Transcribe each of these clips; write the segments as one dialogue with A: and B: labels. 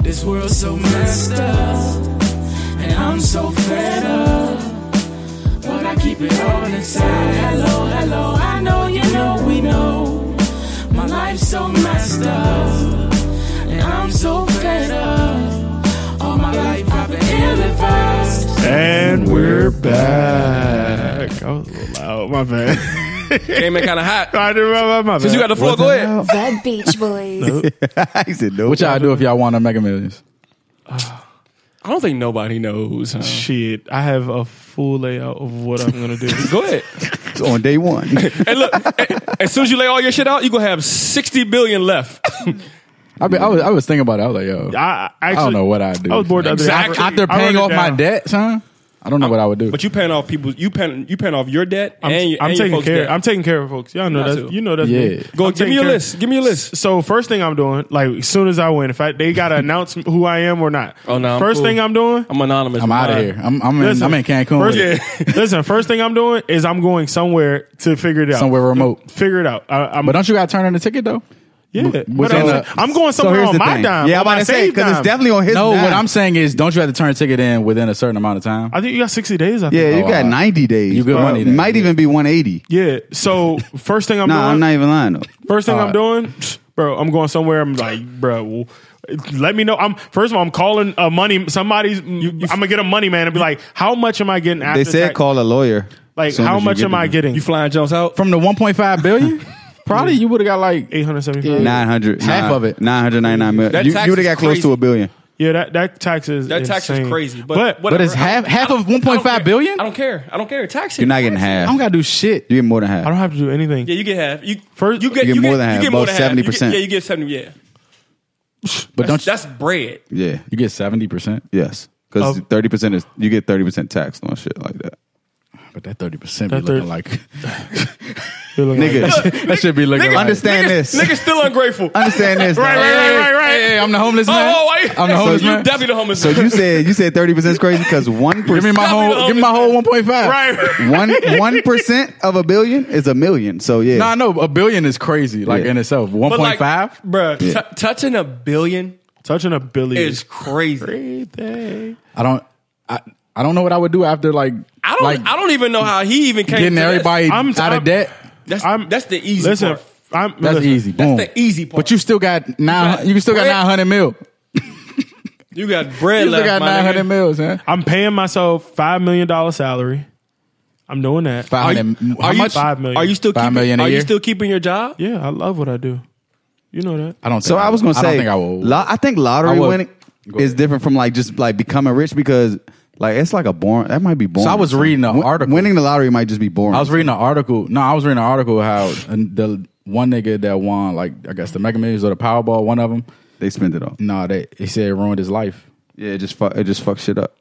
A: this world so messed up, and I'm so fed up. But I keep it all inside. Hello, hello, I know you know we know. My life's so messed up, and I'm so fed up. All my life I've been ill advised.
B: And we're back. I was a little loud. My bad.
C: Came in kind of hot.
B: I didn't my, my bad.
C: Since you got the floor, go ahead.
D: The Beach Boys.
E: he said no.
F: What y'all do if y'all want a Mega Millions?
C: I don't think nobody knows. huh?
B: Shit, I have a full layout of what I'm gonna do.
C: Go ahead.
E: It's on day one.
C: And look, a- as soon as you lay all your shit out, you gonna have sixty billion left.
F: I, be, I was I was thinking about it. I was like, yo, I,
B: I, actually,
F: don't know what I do.
B: I was bored the other day. I-
C: Exactly.
F: after
B: I wrote
F: paying
B: it
F: off my
B: down.
F: debt, son. I don't know what I would do.
C: But you paying off people. You paying. You paying off your debt
B: I'm,
C: and your.
B: I'm
C: and your
B: taking
C: folks'
B: care.
C: Debt.
B: I'm taking care of folks. Y'all know
C: Not
B: that.
C: to.
B: You know that.
F: Yeah.
C: Go.
B: I'm
C: give me
B: taking
C: your
B: care-
C: list. Give me your list.
B: So first thing I'm doing, like as soon as I win, if I, they gotta announce who I am or not.
C: Oh, no, I'm
B: First
C: cool.
B: thing I'm doing.
C: I'm anonymous.
F: I'm out of
C: Uh,
F: here. I'm I'm in,
B: Listen,
F: I'm in Cancun.
B: First,
F: with it.
B: listen, first thing I'm doing is I'm going somewhere to figure it out.
F: Somewhere remote.
B: Figure it out. I, I'm,
F: But don't you got to turn in the ticket though?
B: yeah.
F: what's
B: But I'm, saying-
F: in the-
B: I'm going
E: so
B: somewhere
E: here's
B: on
E: the
B: my
E: thing.
B: dime.
E: yeah, I'm
B: on
E: about
B: my
E: to say
B: saved
E: because it's
B: dime.
E: definitely on his.
F: No,
E: dime.
F: what I'm saying is, don't you have to turn a ticket in within a certain amount of time?
B: I think you got 60 days. I
E: Yeah,
B: think.
E: you
F: Oh,
E: got
F: wow.
E: 90 days.
F: You good
E: bro.
F: money then.
E: Might even be 180.
B: Yeah. So first thing I'm
E: Nah,
B: doing.
E: I'm not uh, even lying though.
B: First thing I'm
F: Alright.
B: doing, bro, I'm going somewhere. I'm like, bro, let me know. I'm first of all, I'm calling a money. Somebody's. I'm gonna get a money man and be like, how much am I getting? After
E: They said
B: tax?
E: call a lawyer.
B: Like,
E: soon
B: how
E: as you
B: much
E: get
B: am
E: the-
B: I getting?
C: You
B: You
C: flying jumps out.
F: From the 1.5 billion, probably you would have got like
B: eight hundred seventy-five. Yeah.
E: 900.
F: Half
E: nine-
F: of it.
E: 999 million.
C: That
E: you
C: tax
E: you would have
C: is
E: got close
C: crazy.
E: to a billion.
B: that that tax is
C: That tax is
B: insane.
C: crazy. But
F: But
C: whatever.
F: it's half
C: I don't-
F: half of
C: I don't
F: 1.5
C: care.
F: billion.
C: I don't care. I don't care. Tax it.
E: You're not getting half.
F: I don't gotta do shit.
E: You get more than half.
B: I don't have to do anything.
C: Yeah, you get half. You
B: First-
C: you get
E: You get more
C: get-
E: than
C: you
E: half,
C: get more
E: about
C: than half. You get-
E: 70%.
C: Yeah, you get seventy. Yeah,
F: But don't you,
C: that's bread.
E: yeah.
F: you get seventy percent?
E: Yes. Because
B: Of-
E: 30% is, you get 30% tax on shit like that.
F: But that thirty percent be
B: That 30
F: looking like
B: You're looking like-
E: Nigga,
F: that should be looking.
C: Niggas-
F: like,
E: understand this.
C: Niggas still
E: Uh,
C: ungrateful.
E: understand this.
B: Right,
E: now.
B: right, right, right, right.
F: Hey, hey, I'm the homeless man.
C: Oh, I,
F: I'm the homeless
C: you
F: man.
C: definitely the homeless
E: So
C: man.
E: you said you said 30% is crazy because 1%.
F: Give me my
C: the
F: whole. Give me my whole one point five.
B: right.
E: one one percent of a billion is a million. So yeah,
F: No, I know a billion is crazy. Like
E: Yeah.
F: in itself, one
C: But like,
F: point five.
C: bruh, t- touching a billion
B: Touching a billion
C: is crazy.
B: crazy.
F: I don't. I I don't know what I would do after like.
C: I don't.
F: Like,
C: I don't even know how he even came.
F: getting
C: to this.
F: everybody
B: I'm-
F: out
B: I'm-
F: of debt.
C: That's
B: I'm-
C: that's the easy
B: Listen,
C: part.
B: I'm
F: That's
B: listen,
F: easy.
C: That's
F: Boom.
C: the easy part.
F: But you still got
C: got
F: nine. You still got
C: bread.
F: nine hundred mil.
C: you got bread
F: You still
C: left.
F: got
C: my
F: nine
C: nigga.
F: hundred mils, man.
B: I'm paying myself five million dollar salary. I'm doing that.
F: Five
C: Are you-
F: hundred. How
C: are you-
F: much?
B: Five million.
C: Are you still
F: Five
C: keeping?
F: million a
C: are you
F: year?
C: still keeping your job?
B: Yeah, I love what I do. You know that.
F: I don't. Think
E: So I was gonna say,
F: I don't think I will.
E: lo- I think lottery
F: I would.
E: winning
F: Go
E: is
F: ahead.
E: different from like just like becoming rich because like it's like a boring. That might be boring.
F: So I was reading an
E: Win-
F: article.
E: Winning the lottery might just be boring.
F: I was reading an article. No, I was reading an article how and the one nigga that won, like I guess the Mega Millions or the Powerball, one of them.
E: They spend it all.
F: No, they he said it ruined his life.
E: Yeah, it just fuck. It just fucks shit up.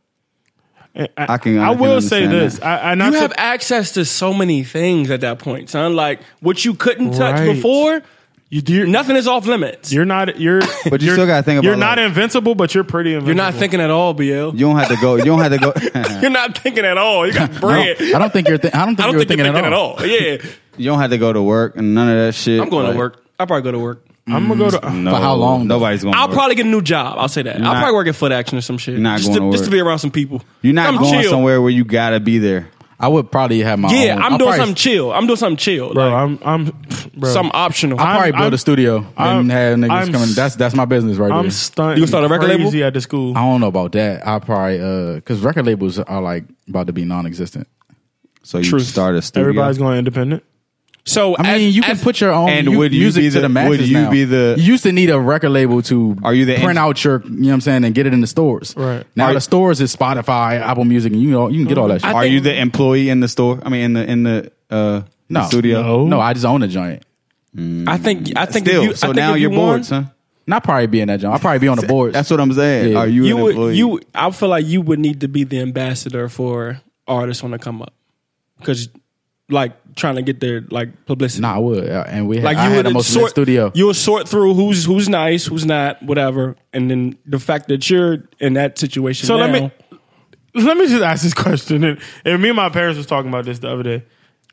B: I,
E: I can- I
B: I,
E: can
B: will say
E: understand
B: this.
E: that.
B: I, I not
C: You
B: to-
C: have access to so many things at that point, son. Like what you couldn't touch
B: Right.
C: before,
B: you do. You're,
C: nothing is off limits. You're,
B: you're not. You're.
E: But you
B: are
E: still gotta think about,
B: You're not
E: like-
B: invincible, but you're pretty invincible.
C: not thinking at all, BL. You're
E: You don't have to go. You don't have to go.
C: not thinking at all. You got
F: I
C: bread.
F: don't, I don't think you're. Thi- I don't think
C: I
F: you're
C: don't think
F: thinking,
C: you're thinking at
F: at, all.
C: all. Yeah,
E: you don't have to go to work and none of that shit.
C: I'm going
E: Like, uh,
C: to work. I'll probably go to work.
B: I'm gonna go to.
C: Mm,
E: No,
F: For how long, though?
E: Nobody's going.
C: I'll
E: to work.
C: probably get a new job. I'll say that. I'll
E: Not-
C: probably work at Foot Action or some shit.
E: Not
C: just,
E: going to
C: just to
E: work.
C: be around some people.
E: You're not
C: I'm
E: going
C: chill.
E: somewhere where you gotta be there.
F: I would probably have my.
C: Yeah,
F: own.
C: I'm
F: I'll
C: doing
F: probably-
C: something chill. I'm doing something chill.
B: Bro,
C: like,
B: I'm. I'm. Bro,
C: something optional.
F: I'll probably
B: I'm-
F: build
B: I'm-
F: a studio
B: I'm-
F: and have niggas
B: I'm
F: coming.
B: s-
F: That's that's my business right
B: I'm
F: there.
B: stunting.
C: You gonna start a record label?
B: crazy at the school.
F: I don't know about that. I probably uh because record labels are like about to be non-existent.
E: So you
B: Truth.
E: start a studio.
B: Everybody's going independent.
C: so
F: I mean,
C: as-
F: you can
C: as-
F: put your own
E: And
F: mu-
E: would you
F: music
E: be
F: to
E: the-
F: the masses.
E: would you
F: now.
E: be the-
F: You used to need a record label to.
E: Are you the
F: print
E: en-
F: out your? You know what I'm saying and get it in the stores.
B: Right.
F: now,
E: Are-
F: the stores is Spotify, Apple Music, and you know you can get all that. shit.
E: Are
C: think-
E: you the employee in the store? I mean, in the in the uh,
F: no
E: studio.
F: No. no, I just own a joint.
C: I think I think
E: Still,
C: if you, I
E: so
C: think
E: now
C: if
E: you're
C: you
E: bored,
C: won,
E: son.
F: Not probably be in that joint. I'll probably be on the boards.
E: That's what I'm saying.
F: Yeah.
E: Are you,
C: You
E: an
C: would
E: employee?
C: you I feel like you would need to be the ambassador for artists when they come up because like trying to get their like publicity.
F: Nah, I would. Uh, And we had,
C: Like
F: I
C: you
F: had
C: would
F: the most lit
C: sort
F: studio.
C: You'll sort through who's who's nice, who's not, whatever, and then the fact that you're in that situation.
B: So let
C: now-
B: me- Let me just ask this question. And, and me and my parents was talking about this the other day.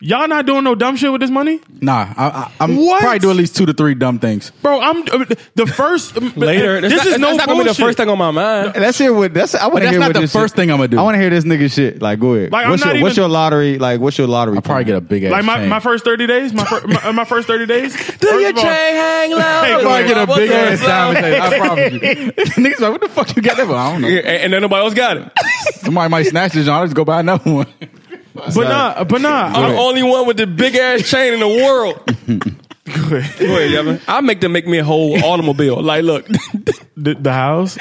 B: Y'all not doing no dumb shit with this money,
F: Nah, I, I, I'm
B: What?
F: probably do at least two to three dumb things.
B: bro. I'm the first
C: Later, that's
B: This
C: not,
B: is
C: that's
B: no
C: not gonna be the
B: bullshit.
C: first thing on my mind.
E: And That's it. With that's I want
F: that's
E: to hear
F: not
E: what
F: the
E: this
F: first
E: shit-
F: thing I'ma do.
E: I want to hear this nigga shit. Like, go ahead.
B: Like, I'm
E: what's your
B: not
E: what's
B: even-
E: your lottery? Like, what's your lottery? I
F: Probably get a big ass.
B: Like my,
F: chain.
B: my first thirty days, my fir- my, my first thirty days.
C: Do
B: first
C: your
B: of all-
C: chain hang low?
B: Hey,
F: I probably get a
C: What's
F: big
C: up,
F: ass
C: bro?
F: diamond chain. I promise you. Niggas like, what the fuck you got that? for?" I don't know.
C: Yeah, And, and then nobody else got it.
F: Somebody might snatch this. John. I'll just go buy another one.
B: But nah, but
C: I'm the
B: nah.
C: only one with the big ass chain in the world. Go ahead, Yevon. I make them make me a whole automobile. Like, look,
B: The, the house.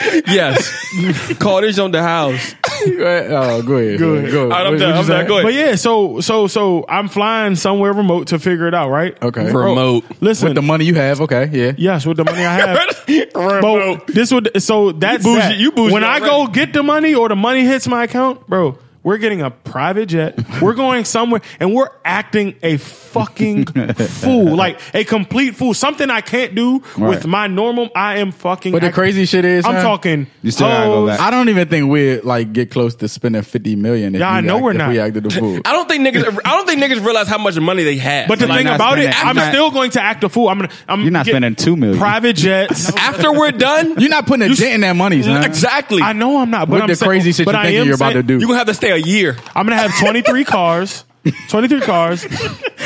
C: yes, call this on the house.
F: oh, go ahead. Go ahead. Go
C: All right, I'm done.
F: What- what you
C: I'm done.
F: said?
C: Go ahead.
B: But yeah, so so so I'm flying somewhere remote to figure it out, right?
F: Okay.
B: Bro,
C: Remote.
B: Listen,
F: With the money you have, okay, yeah.
B: yes, with the money I have. bro, this would so that's
C: bougie-
B: that.
C: you bougie
B: when I go
C: already.
B: get the money or the money hits my account, bro. We're getting a private jet. We're going somewhere, and we're acting a fucking fool, like a complete fool. Something I can't do with
E: Right.
B: my normal. I am fucking.
F: But the
B: act-
F: crazy shit is,
B: I'm
F: huh?
B: talking.
E: You still gotta go
B: hoes,
E: back.
F: I don't even think we like get close to spending fifty million. If
B: Yeah, I
F: we
B: know
F: act-
B: we're
F: if
B: not.
F: We acted the fool.
C: I don't think niggas. I don't think niggas realize how much money they have.
B: But the
E: Like,
B: thing
E: not
B: about it,
E: spending-
B: I'm
E: not-
B: still going to act a fool. I'm. gonna- I'm
E: You're not
B: get-
E: spending two million.
B: private jets.
C: after we're done,
F: You're not putting a dent in that money, son.
C: exactly.
B: I know I'm not. But
F: With
B: I'm
F: the
B: saying-
F: crazy shit
B: but
F: you
B: I
F: thinking
B: am
F: you're about to
B: saying-
F: do.
C: You gonna have to stay a year.
B: I'm gonna have 23 cars. 23 cars.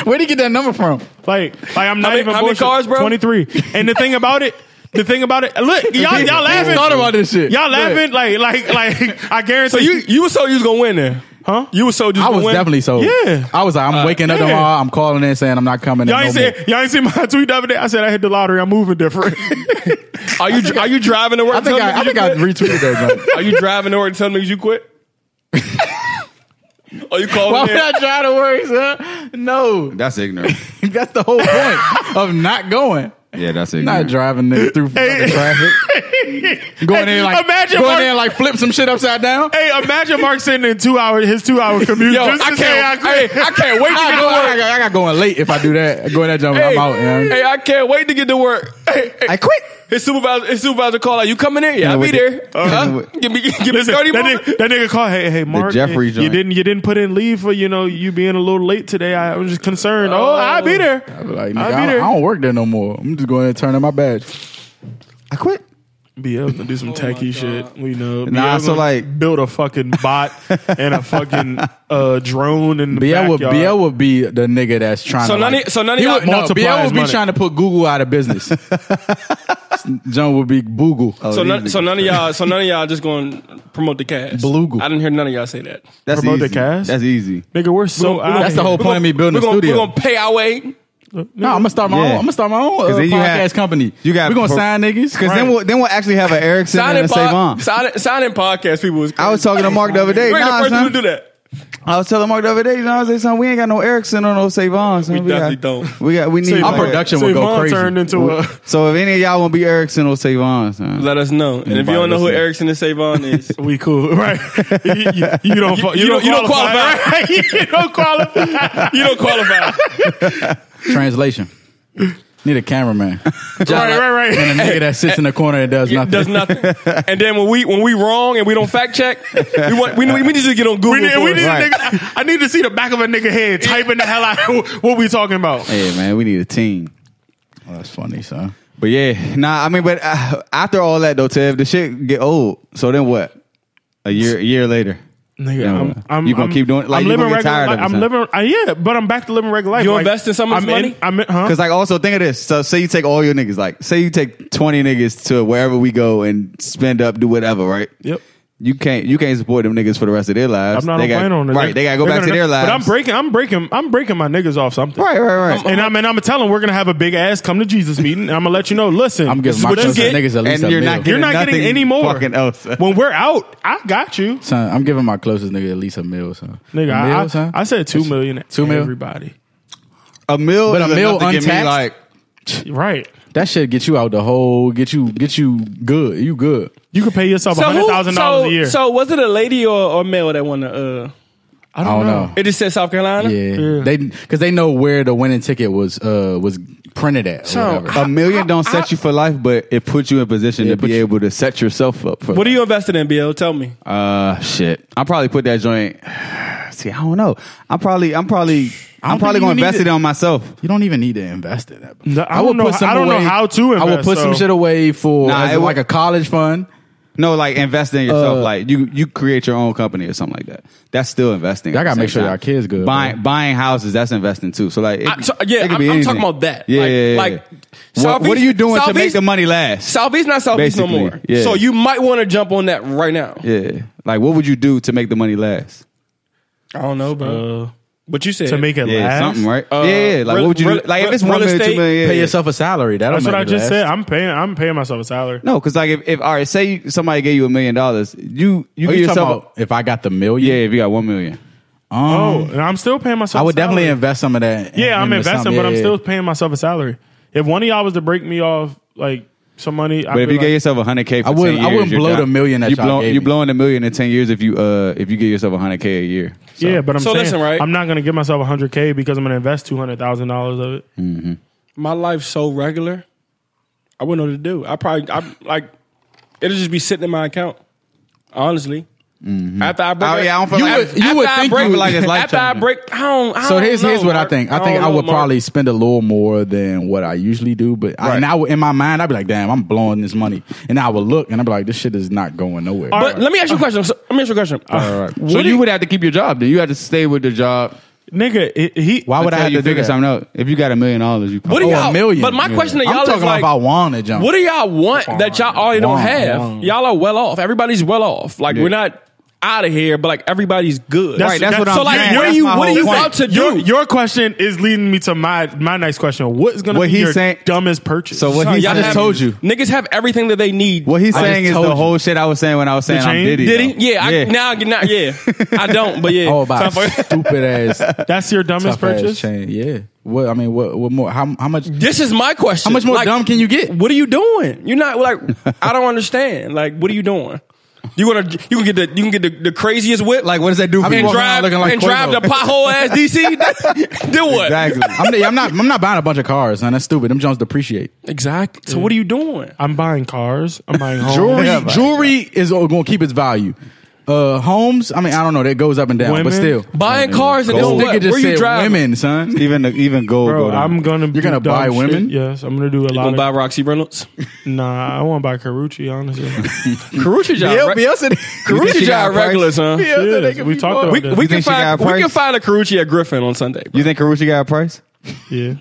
F: Where'd you get that number from?
B: Like, like I'm not
C: many-
B: even
C: how many
B: bullshit.
C: cars, bro?
B: 23. And the thing about it. The thing about it, look, y'all, y'all laughing.
F: Thought about this shit.
B: Y'all
F: Look.
B: laughing, like, like, like. I guarantee
C: So you you were sold you was gonna win there,
B: huh?
C: You were sold you
F: I
C: gonna
F: was
C: win.
F: definitely sold.
B: Yeah. Uh,
F: I was like, I'm waking up
B: yeah.
F: tomorrow. I'm calling in saying I'm not coming.
B: Y'all
F: in
B: ain't
F: no
B: see,
F: more.
B: y'all ain't seen my tweet the other day. I said I hit the lottery. I'm moving different.
C: Are you are you driving to work?
F: I think I, I think I retweeted that.
C: Are you driving to work telling niggas you quit? Are you
F: Why
C: calling
F: would
C: in?
F: I try to work, son? No,
E: That's ignorant.
F: that's the whole point of not going.
E: yeah, that's
F: Not
E: ignorant.
F: driving there through fucking traffic. Going in like
B: Imagine
F: going
B: Mark-
F: in like flip some shit upside down.
B: hey, imagine Mark sitting in two hour his two hour commute.
F: Yo,
B: just to
F: I
B: say I
F: can't.
B: quit.
F: hey, I can't wait to
B: I
F: get to
B: go-
F: work. I got, I got going late if I do that. Go in that jump, I'm out. you know?
C: Hey, I can't wait to get to work. Hey, hey,
E: I quit.
C: his supervisor, his supervisor call out. You coming in? Yeah, I'll be
E: with
C: there.
E: the-
C: Huh?
E: Yeah, with-
C: Give me, give me
B: Listen,
C: thirty
B: that,
C: more.
B: nigga, that nigga called. Hey, hey, Mark.
E: Jeffrey
B: you
E: joint.
B: didn't you didn't put in leave for you know you being a little late today. I was just concerned. Oh, I'll be there.
F: I be like, nigga,
B: I'll be
F: I, don't,
B: there.
F: I don't work there no more. I'm just going to turn in my badge.
E: I quit.
B: Be able to do
F: Oh
B: some techie shit. We know. Be
E: Nah,
B: able
E: so
B: to
E: like-
B: build a fucking bot and a fucking uh, drone and
F: BL would, BL would be the nigga that's trying
C: So
F: to.
C: none
F: like,
C: of- so none of
F: he
C: y'all
F: would, no,
B: multiply
F: BL
B: his
F: would be
B: money.
F: trying to put Google out of business. John would be Boogle.
C: So
E: Oh, these
C: none, so
E: niggas
C: none of y'all, so none of y'all just going to promote the cast.
F: Beluga.
C: I didn't hear none of y'all say that.
E: That's
B: Promote the
E: easy.
B: cast?
E: That's easy.
B: nigga. We're so
C: We gonna- we gonna-
B: out
F: That's the
B: here.
F: whole
C: we
F: point of
C: gonna-
F: me building
C: we
F: a
C: gonna-
F: studio.
C: We're gonna pay our way.
F: No, I'm gonna start my
E: Yeah.
F: own. I'm gonna start my own uh,
E: 'Cause then
F: podcast
E: you have-
F: company.
E: you got
F: we gonna
E: pro-
F: sign niggas.
E: Because then we'll then we'll actually have an Erickson and
C: Signing,
E: a
C: pod,
E: Savon.
C: signing, signing podcast people was.
E: I was talking to Mark the other day.
C: We're the
E: Nah,
C: first
E: son.
C: one to do that.
E: I was telling Mark the other day, you know, I was like, son, we ain't got no Erickson or no Savon. Son.
C: We definitely
E: got,
C: don't.
E: We got we need
B: Say
F: Our
B: Vaughn-
F: production
B: say
F: would go
B: Vaughn
F: crazy.
B: Turned into a
E: So if any of y'all want to be Erickson or Savon, son.
C: Let us know. And if you don't know who
E: listening.
C: Erickson and Savon is,
B: we cool, right? you, you- you don't fu- you, don't, you don't qualify. right? you don't qualify.
C: you don't qualify.
F: Translation. Need a cameraman.
B: right, right, right.
F: And a nigga that sits in the corner and does nothing.
C: It does nothing. and then when we when we wrong and we don't fact check, we want we, we need to get on Google.
B: We need, we
C: for
B: need
C: us.
B: a nigga, I need to see the back of a nigga head typing the hell out what we talking about.
E: Hey man, we need a team.
F: Oh, that's funny, son.
E: But yeah, nah, I mean, but uh, after all that though, Tev, the shit get old. So then what? A year, a year later,
B: Nigga,
E: Then
B: I'm,
E: what?
B: I'm
E: you gonna
B: I'm-
E: keep doing? it? Like,
B: I'm
E: you
B: living
E: gonna get
B: regular.
E: tired
B: life.
E: of it,
B: I'm
E: son.
B: living. Uh, yeah, but I'm back to living regular life.
C: You invest in someone's
B: I'm
C: money?
B: In, I'm in, huh?
E: Cause like also think of this. So say you take all your niggas, like say you take twenty niggas to wherever we go and spend up, do whatever, right?
B: Yep.
E: You can't you can't support them niggas for the rest of their lives.
B: I'm not
E: they
B: on
E: got-
B: plan on it.
E: Right, they gotta go
B: They're
E: back to
B: gonna-
E: their lives.
B: But I'm breaking. I'm breaking. I'm breaking my niggas off something.
E: Right, right, right.
B: And I'm and I'm gonna tell them we're gonna have a big ass come to Jesus meeting. And I'm gonna let you know. Listen,
F: I'm
B: this
F: giving
B: is
F: my
B: what you
F: cousin
B: get.
F: niggas at least
E: and
F: a
E: you're
F: meal.
E: not
B: You're
E: getting
B: not getting
E: nothing
B: any more.
E: fucking else.
B: When we're out, I got you,
F: son, I'm giving my closest nigga at least a meal, son.
B: nigga.
F: a
B: I-
F: meal,
B: I,
F: son?
B: I said two million.
F: Two mil?
B: Everybody.
E: a meal,
F: But a
E: is
F: meal
E: enough to get me,
F: untaxed?
E: like
B: Right.
F: that shit get you out the hole. Get you, get you good. You good.
B: You could pay yourself a
C: So,
B: hundred
C: who-
B: thousand dollars
C: so,
B: a year.
C: so was it a lady or, or male that won the? Uh,
B: I
F: I
B: don't,
F: don't
B: know.
F: know.
C: it just said South Carolina.
F: Yeah, they because they know where the winning ticket was uh was printed at. or whatever.
E: a million don't set you for life, but it puts you in position
F: Yeah,
E: to be
F: put you-
E: able to set yourself up for. Uh,
C: What are
E: life.
C: you invested in, BL? Tell me.
E: Uh, shit. I probably put that joint. See, I don't know. I'm probably, I'm probably
F: don't
E: I'm probably
F: think you
E: gonna
F: need
E: invest
F: to-
E: it on myself.
F: You don't even need to invest in that.
B: No, I don't know- I don't know how to
F: I would
B: invest,
F: put some
B: so-
F: shit away for
E: Nah,
F: as
E: it
F: in
E: would-
F: like a college fund.
E: No, like invest in yourself.
F: Uh,
E: like you, you create your own company or something like that. That's still investing.
F: Y'all
E: at
F: gotta
E: the
F: make
E: same
F: sure y'all kids good,
E: Buying
F: bro.
E: buying houses, that's investing too. So like, it-
C: I- so,
E: it
C: yeah,
E: could
C: I'm,
E: be
C: I'm talking
E: anything.
C: about that.
E: Yeah,
C: like,
E: yeah, yeah.
C: like
E: what, what are
C: Southeast-
E: you doing to make
C: Southeast-
E: the money last?
C: Southeast not Southeast no
E: Basically,
C: more.
E: yeah.
C: So you might want to jump on that right now.
E: yeah, like what would you do to make the money last?
C: I don't know, bro.
B: Uh,
C: but you said
B: to make it
E: Yeah,
B: last.
E: something right?
C: Uh,
E: yeah, yeah, like
C: real-
E: what would you
C: real-
E: do? Like if it's
C: real
E: one million,
C: estate,
E: two million, yeah,
F: Pay
E: yeah.
F: yourself a salary. That'll
B: That's
F: make
B: what I
F: it
B: just
F: last.
B: said. I'm paying. I'm paying myself a salary.
E: No, because like if, if all right, say you, somebody gave you a million dollars, you you
F: Oh,
E: give
F: you talking
E: yourself a-
F: about if I got the million?
E: yeah, if you got one million.
B: Oh,
F: Um,
B: and I'm still paying myself.
F: I would
B: a salary.
F: definitely invest some of that. in-
B: Yeah, I'm
F: into
B: investing,
F: something.
B: but I'm
F: Yeah,
B: still
F: yeah.
B: paying myself a salary. If one of y'all was to break me off like some money, I'd
E: But if
B: be
E: you
B: like,
E: gave yourself a hundred k,
F: I wouldn't- I wouldn't blow the million that
E: you
F: y'all
E: blow,
F: gave
E: You
F: me.
E: blowing a million in ten years if you uh if you give yourself a hundred k a year. So,
B: yeah, but I'm
C: So
B: saying
C: listen, right?
B: I'm not gonna give myself 100k because I'm gonna invest 200 thousand dollars of it.
E: Mm.
C: my life's so regular, I wouldn't know what to do. I probably I like it'll just be sitting in my account. Honestly. After I break,
E: Oh, yeah, I don't feel
C: you
E: like-
C: would,
E: you
C: after
E: would
C: I
E: think
C: break,
E: you would like it's life
C: After I
E: changing.
C: break, I don't. I
F: So
C: don't
F: here's
C: know,
F: here's what I
C: Mark.
F: think. I think
C: don't
F: I
C: know,
F: would
C: Mark.
F: probably spend a little more than what I usually do. But I, and
E: Right.
F: I would, in my mind, I'd be like, damn, I'm blowing this money. And I would look and I'd be like, this shit is not going nowhere.
C: But let me ask you a question. So, let me ask you a question.
E: So
C: Would
E: you
C: it-
E: would have to keep your job. Then you have to stay with the job.
B: Nigga, it, he.
F: Why would I
E: until
F: have
E: you
F: to do
E: figure
F: that?
E: something out? If you got a million dollars, you
C: What
E: probably
C: do
F: Or
C: y'all?
F: a million.
C: Oh, But my
F: Yeah.
C: question to
F: I'm
C: y'all
F: talking
C: is like,
F: about if I want to jump.
C: what do y'all want that y'all already don't
F: Want,
C: have?
F: want.
C: Y'all are well off. Everybody's well off. Like
E: Yeah.
C: we're not out of here, but like everybody's good.
E: Right, that's what
C: so
E: I'm
C: like,
E: saying.
C: what are
E: That's
C: you?
E: my
C: What are
E: whole
C: you
E: point.
C: about to do?
B: Your, your question is leading me to my my next question. What is gonna
E: What
B: be
E: he's
B: your
E: saying-
B: dumbest purchase?
E: So what
C: Son,
E: he's
C: y'all
E: I just
C: have-
E: told you.
C: Niggas have everything that they need.
E: What he's
F: I
E: saying
F: just
E: is
F: told
E: the
F: you.
E: whole shit I was saying when I was saying I'm
B: chain?
E: Diddy.
C: Did he?
E: though.
C: Yeah, I, now I get not. Yeah, I don't. But yeah,
F: Oh, about
C: So I fuck-
F: stupid ass,
B: that's your dumbest
F: tough ass
B: purchase.
F: chain. Yeah. What I mean, what what more? How how much?
C: this is my question.
F: How much more
C: Like,
F: dumb can you get?
C: What are you doing? You're not like I don't understand. Like, what are you doing? You gonna you can get the you can get the, the craziest whip
E: Like, what does that do for
F: mean,
E: you?
C: and
F: walking around
C: drive
F: looking like
C: and drive the
F: Quavo.
C: pothole ass DC. Do what?
E: Exactly.
F: I'm, I'm not. I'm not buying a bunch of cars, man. That's stupid. Them Jones depreciate.
C: Exactly. So what are you doing?
B: I'm buying cars. I'm buying homes.
F: Jewelry,
E: Yeah, but-
F: jewelry is going to keep its value. Uh, homes, I mean, I don't know. That goes up and down,
B: Women?
F: but still,
C: Buying cars and
F: This
C: then
F: nigga
C: what?
F: just
C: Where you
F: said
C: driving?
F: women, son.
E: even even gold.
B: Bro,
E: go down.
B: I'm gonna.
F: You're gonna
B: do
F: buy
B: dumb shit.
F: women?
B: Yes, I'm gonna do a lot.
C: Gonna
B: Of,
C: buy Roxy Reynolds.
B: nah, I want to buy Carucci. Honestly,
C: Karucha
F: Yeah,
C: job. Right?
F: Beyonce,
C: Karucha
E: she got
C: job
E: a price?
C: regulars, huh?
B: Yes,
F: Beyonce,
B: we talked about
C: We,
B: that.
C: we can
E: think she
C: find
E: got a
C: we can
E: price?
C: find a Karuchi at Griffin on Sunday. Bro.
E: you think Karuchi got a price?
B: yeah,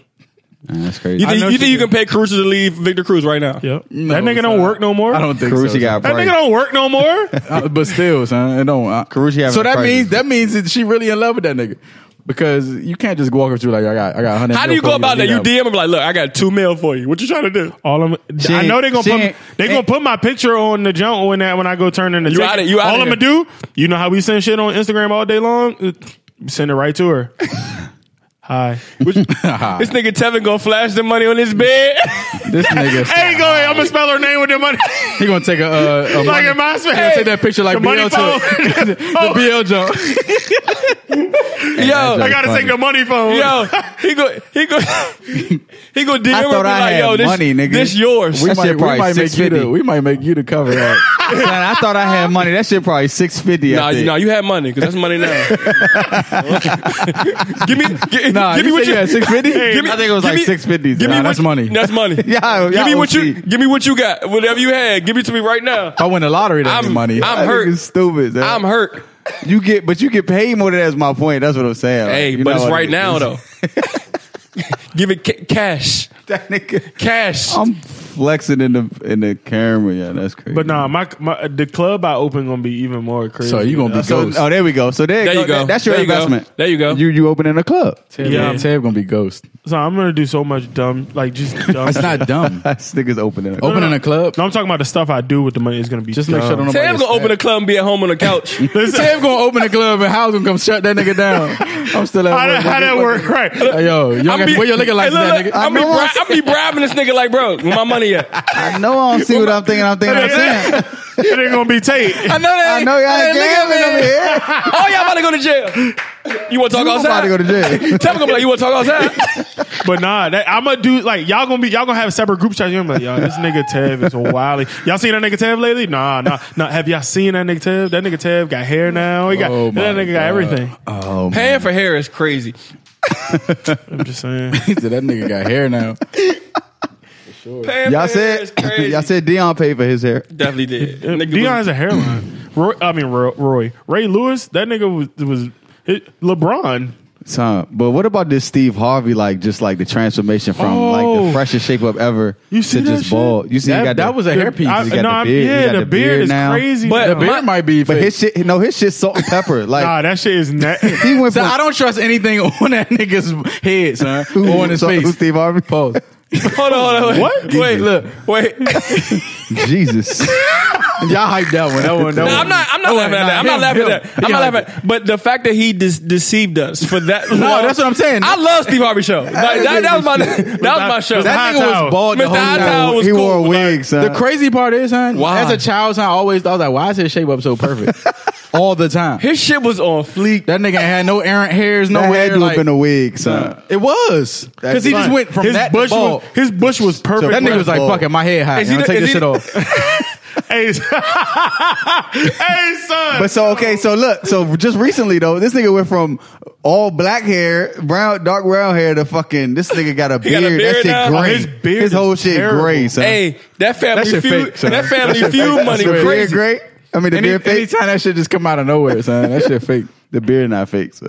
E: That's crazy.
C: You think,
B: know
C: you,
B: she
C: think you
B: did.
C: can pay Carucha to leave Victor Cruz right now?
B: yep. that nigga don't work no more.
F: I don't think so.
E: Karuchi got a
B: That nigga
E: price.
B: don't work no more.
F: Uh, but still, son, it don't. Uh,
E: Karuchi having
F: so that
E: a crisis.
F: means that means that she really in love with that nigga because you can't just walk up to her like I got I got hundred.
C: How do you go about that? You DM him like, look, I got two mail for you. What you trying to do?
B: All I'm,
E: She
B: I know they gonna
E: ain't- she
B: put
E: ain't-
B: they gonna put my picture on the jump when that when I go turn in the
C: You
B: ticket.
C: outta- you outta
B: all I'm
C: here.
B: gonna do, you know how we send shit on Instagram all day long, Uh, send it right to her. Hi.
C: This nigga Tevin gonna flash the money on his bed.
F: this nigga.
B: Hey, go ahead. I'm gonna spell her name with the money.
F: He gonna take a, uh, a
B: like
F: money-
B: in my
F: he gonna
B: space.
F: take that picture like
B: the money
F: BL
B: phone.
F: to
B: Oh,
F: BL jump.
C: yo,
B: I gotta take the money phone.
C: yo, he go, he go, he go DM
E: I
C: him and be
E: thought I
C: like,
E: had
C: yo, this,
E: money, nigga.
C: this yours.
E: We-
F: We
E: That shit
F: might, we
E: probably
F: might make you
E: 650.
F: the, we might make you the cover. Up.
E: Son, I thought I had money. That shit probably six fifty.
C: Nah, you, nah, you had money because that's money now. give me, gi-
F: Nah,
C: give me
F: you
C: what
F: said
C: you
F: you had 650?
C: Give me-
E: I think it was
C: give
E: like
C: me-
E: 650.
C: Give me
F: Nah,
C: what
F: that's
C: you-
F: money.
C: That's money.
E: Yeah,
C: give
E: yeah,
C: me what you,
E: OC.
C: give me what you got. Whatever you had, give it to me right now.
F: If I win the lottery, that
C: I'm-
F: ain't money.
C: I'm-
E: That
C: hurt.
E: nigga's Stupid. son.
C: I'm hurt.
E: You get, but you get paid more. than That's my point. That's what I'm saying. Like,
C: Hey,
E: you
C: but
E: know
C: it's
E: what
C: right
E: it
C: now
E: is.
C: though. Give it ca- cash,
E: That nigga,
C: cash.
E: I'm flexing in the in the camera. Yeah, that's crazy.
B: But nah, my, my the club I open gonna be even more crazy.
F: so you gonna be
E: So,
F: ghost?
E: oh, there we go. So there,
C: There you go.
E: That- that's your
C: There you go.
E: investment.
C: There you go.
E: You you opening a club.
F: Tab
B: yeah.
F: gonna- Tab gonna be ghost.
B: So I'm gonna do so much dumb, like just dumb.
F: That's
B: shit.
F: not dumb.
E: This nigga's opening
B: Oh,
E: a club.
F: Opening a club.
B: No, I'm talking about the stuff I do with the money is gonna be
F: Just
B: dumb.
F: make sure don't nobody.
C: Tam gonna open a club and be at home on the couch.
B: Listen,
F: Tab gonna open the club and How's gonna come shut that nigga down. I'm still at
B: how, that,
F: work.
B: how that
F: nigga.
B: work? Right.
F: Hey, yo, you
C: I'm
F: got, where your liquor
C: like
F: license at, nigga?
C: I'm be,
E: I know
C: bri-
E: I'm
C: I'm be bribing this nigga like, bro, where my money at?
E: I know I don't see what I'm thinking. I'm thinking. I'm saying.
B: it ain't gonna be Tate.
C: I know that.
E: I know y'all ain't gambling
C: nigga,
E: over here.
C: Oh, y'all about to go to jail. You want to talk
E: I'm
C: outside?
E: about to go to jail. Oh,
C: Tam gonna be like, you want to talk outside?
B: But nah, that, I'm gonna do like y'all gonna be y'all gonna have separate group chats. You're gonna be like, yo, this nigga Tev is wild. Y'all seen that nigga Tev lately? Nah, nah, nah. Have y'all seen that nigga Tev? That nigga Tev got hair now. He got
F: Oh my
B: that nigga got
F: God.
B: everything.
C: Paying for hair is crazy.
B: I'm just saying.
F: He said, that nigga got hair now.
E: Y'all
C: Pam
E: said
C: is crazy.
E: y'all said Dion paid for his hair.
C: definitely did.
B: Uh,
C: Nigga
B: Dion has
C: was-
B: a hairline. Roy, I mean Roy, Roy. Ray Lewis. That nigga was was it, LeBron.
E: Son, but what about this Steve Harvey? Like just like the transformation from like
B: Oh.
E: the freshest shape up ever
B: You see
E: to
B: that
E: just
B: shit?
E: bald. You see, he
F: That-
E: got
F: that
E: the-
F: was a hair piece.
B: I-
E: He's
B: no,
E: got the
B: I'm-
E: beard. He
B: yeah,
E: got
B: the,
E: the
B: beard,
E: beard
B: is
E: now.
B: crazy.
C: But-
F: The
B: now.
C: but-
F: beard might be.
E: But
F: fake.
E: his shit, no, his shit salt and pepper. Like
B: nah, that shit is not.
E: he went
F: So
E: from
F: I don't trust anything on that nigga's head, son, or on his
E: So- who's
F: face.
E: Steve Harvey.
F: Pause.
C: Hold on, hold on. wait.
B: What?
C: Wait, look. Wait. No,
E: Jesus,
F: Y'all hyped that one. That one. That one.
C: I'm not. I'm not
F: Oh,
C: laughing at
F: nah,
C: that. I'm
F: him,
C: not laughing
F: him.
C: at that. I'm
F: He
C: not
F: hyped
C: laughing. at- But the fact that he de- deceived us for that. No,
F: that's what I'm saying.
C: I love Steve Harvey show. Like, that, that was my. That was my show.
F: That
B: High
F: nigga
B: tower.
F: was
C: Mr.
F: bald. The whole
C: High
F: time.
C: tower was
E: he wore a
C: cool,
E: wig. son.
F: The crazy part is, son.
C: Why?
F: As a child, son, I always thought like, why is his shape up so perfect all the time?
C: His shit was on fleek.
F: That nigga had no errant hairs, no
E: that had
F: hair.
E: to
F: like,
E: have been a wig, son.
F: It was because he just
B: Son,
F: went from
B: his
F: that
B: bush
F: to bald.
B: was, his bush was perfect.
F: that nigga was like,
E: bald.
F: "Fuck it, my head high.
C: Is
F: I'm
C: he the-
F: gonna take
C: is
F: this
C: he
F: shit
C: the-
F: off."
B: hey, hey, son.
E: But so okay, so look, so just recently though, this nigga went from all black hair, brown, dark brown hair to fucking this nigga got a
C: got
E: beard.
C: a beard
E: that shit
C: now? Oh,
E: gray.
B: his beard
E: his whole
B: is
E: shit
B: terrible.
E: gray. Son.
C: Hey, that family
F: shit
C: feud.
F: fake, son.
C: that
F: That
C: family
F: shit
C: feud
F: fake.
E: Is
C: money
E: the
C: was
E: beard
C: crazy.
E: great. I mean, the
F: Any,
E: beard fake.
F: anytime that shit just come out of nowhere, son, that shit fake.
E: The beard not fake. So.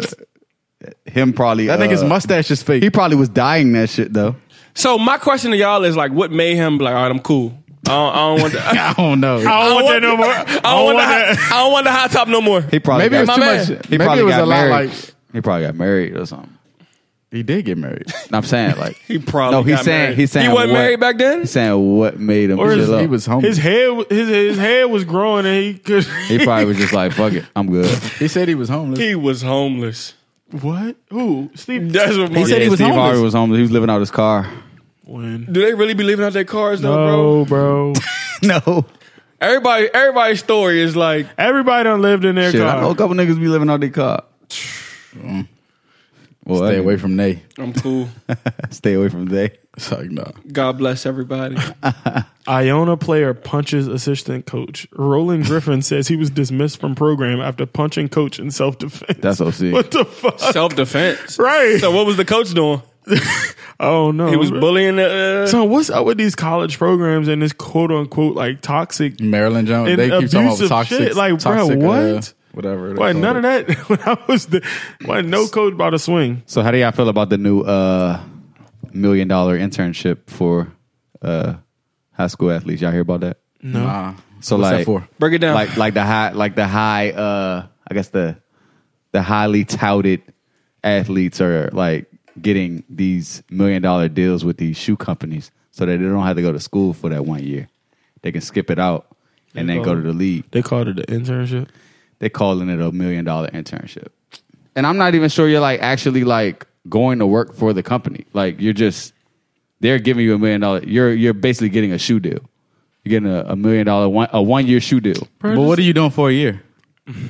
E: Him probably.
F: That
E: uh,
F: nigga's mustache is fake.
E: He probably was dying that shit though.
C: So my question to y'all is like, what made him be like? All right, I'm cool. I don't, I don't want that.
F: I don't know.
B: I don't, want that no more.
C: I don't, want the high, I don't want the high top no more.
E: He probably.
F: Maybe it was
E: got,
F: too
C: My
F: much.
C: man.
E: He
F: maybe
E: probably
F: it was
E: got
F: a
E: married.
F: lot like
E: he probably got married or something.
F: he did get married.
E: I'm saying like
C: He probably
E: No, he's
C: got
E: saying
C: married.
E: he's saying
C: He wasn't
E: what-
C: married back then?
E: He's saying what made him.
B: Or is-
E: chill up.
F: He was home.
B: His head, was- his his head was growing, and he could.
E: He probably was just like fuck it. I'm good.
F: he said he was homeless.
C: He was homeless.
B: what? Who? Steve?
C: That's what my,
F: He said
E: Yeah,
F: he was
E: Steve
F: homeless.
E: Harvey was homeless. He was living out his car.
B: When?
C: Do they really be leaving out their cars though,
B: No, bro.
C: bro?
E: No.
C: Everybody, everybody's story is like
B: Everybody done lived in their
E: Shit, I know
B: car.
E: a couple niggas be living out their car. Well,
F: Stay away from Nay.
C: I'm cool.
E: Stay away from they.
F: It's like no.
C: God bless everybody.
B: Iona player punches assistant coach. Roland Griffin says he was dismissed from program after punching coach in self defense.
E: That's OC.
B: What the fuck?
C: Self defense,
B: Right.
C: So what was the coach doing?
B: oh no,
C: He was bullying the. Uh,
B: So what's up with these college programs and this quote unquote like toxic?
F: Marilyn Jones.
B: And
F: they keep talking about
B: abusive
F: toxic.
B: shit, like, bruh,
F: toxic, uh,
B: what?
F: whatever.
B: Why none of that? When I was the, why no coach about a swing?
E: So, how do y'all feel about the new uh, million dollar internship for uh, high school athletes? Y'all hear about that?
F: No. Nah.
E: So,
F: What's
E: like,
F: that for?
C: break it down.
E: like, like the high, like the high, uh, I guess the the highly touted athletes are like getting these million dollar deals with these shoe companies, so that they don't have to go to school for that one year. They can skip it out and then go to the league.
B: They called it an internship.
E: they're calling it a million dollar internship. And I'm not even sure you're like actually like going to work for the company. Like you're just they're giving you a million dollar. You're you're basically getting a shoe deal. You're getting a, a million dollar one a one year shoe deal.
F: But what are you doing for a year?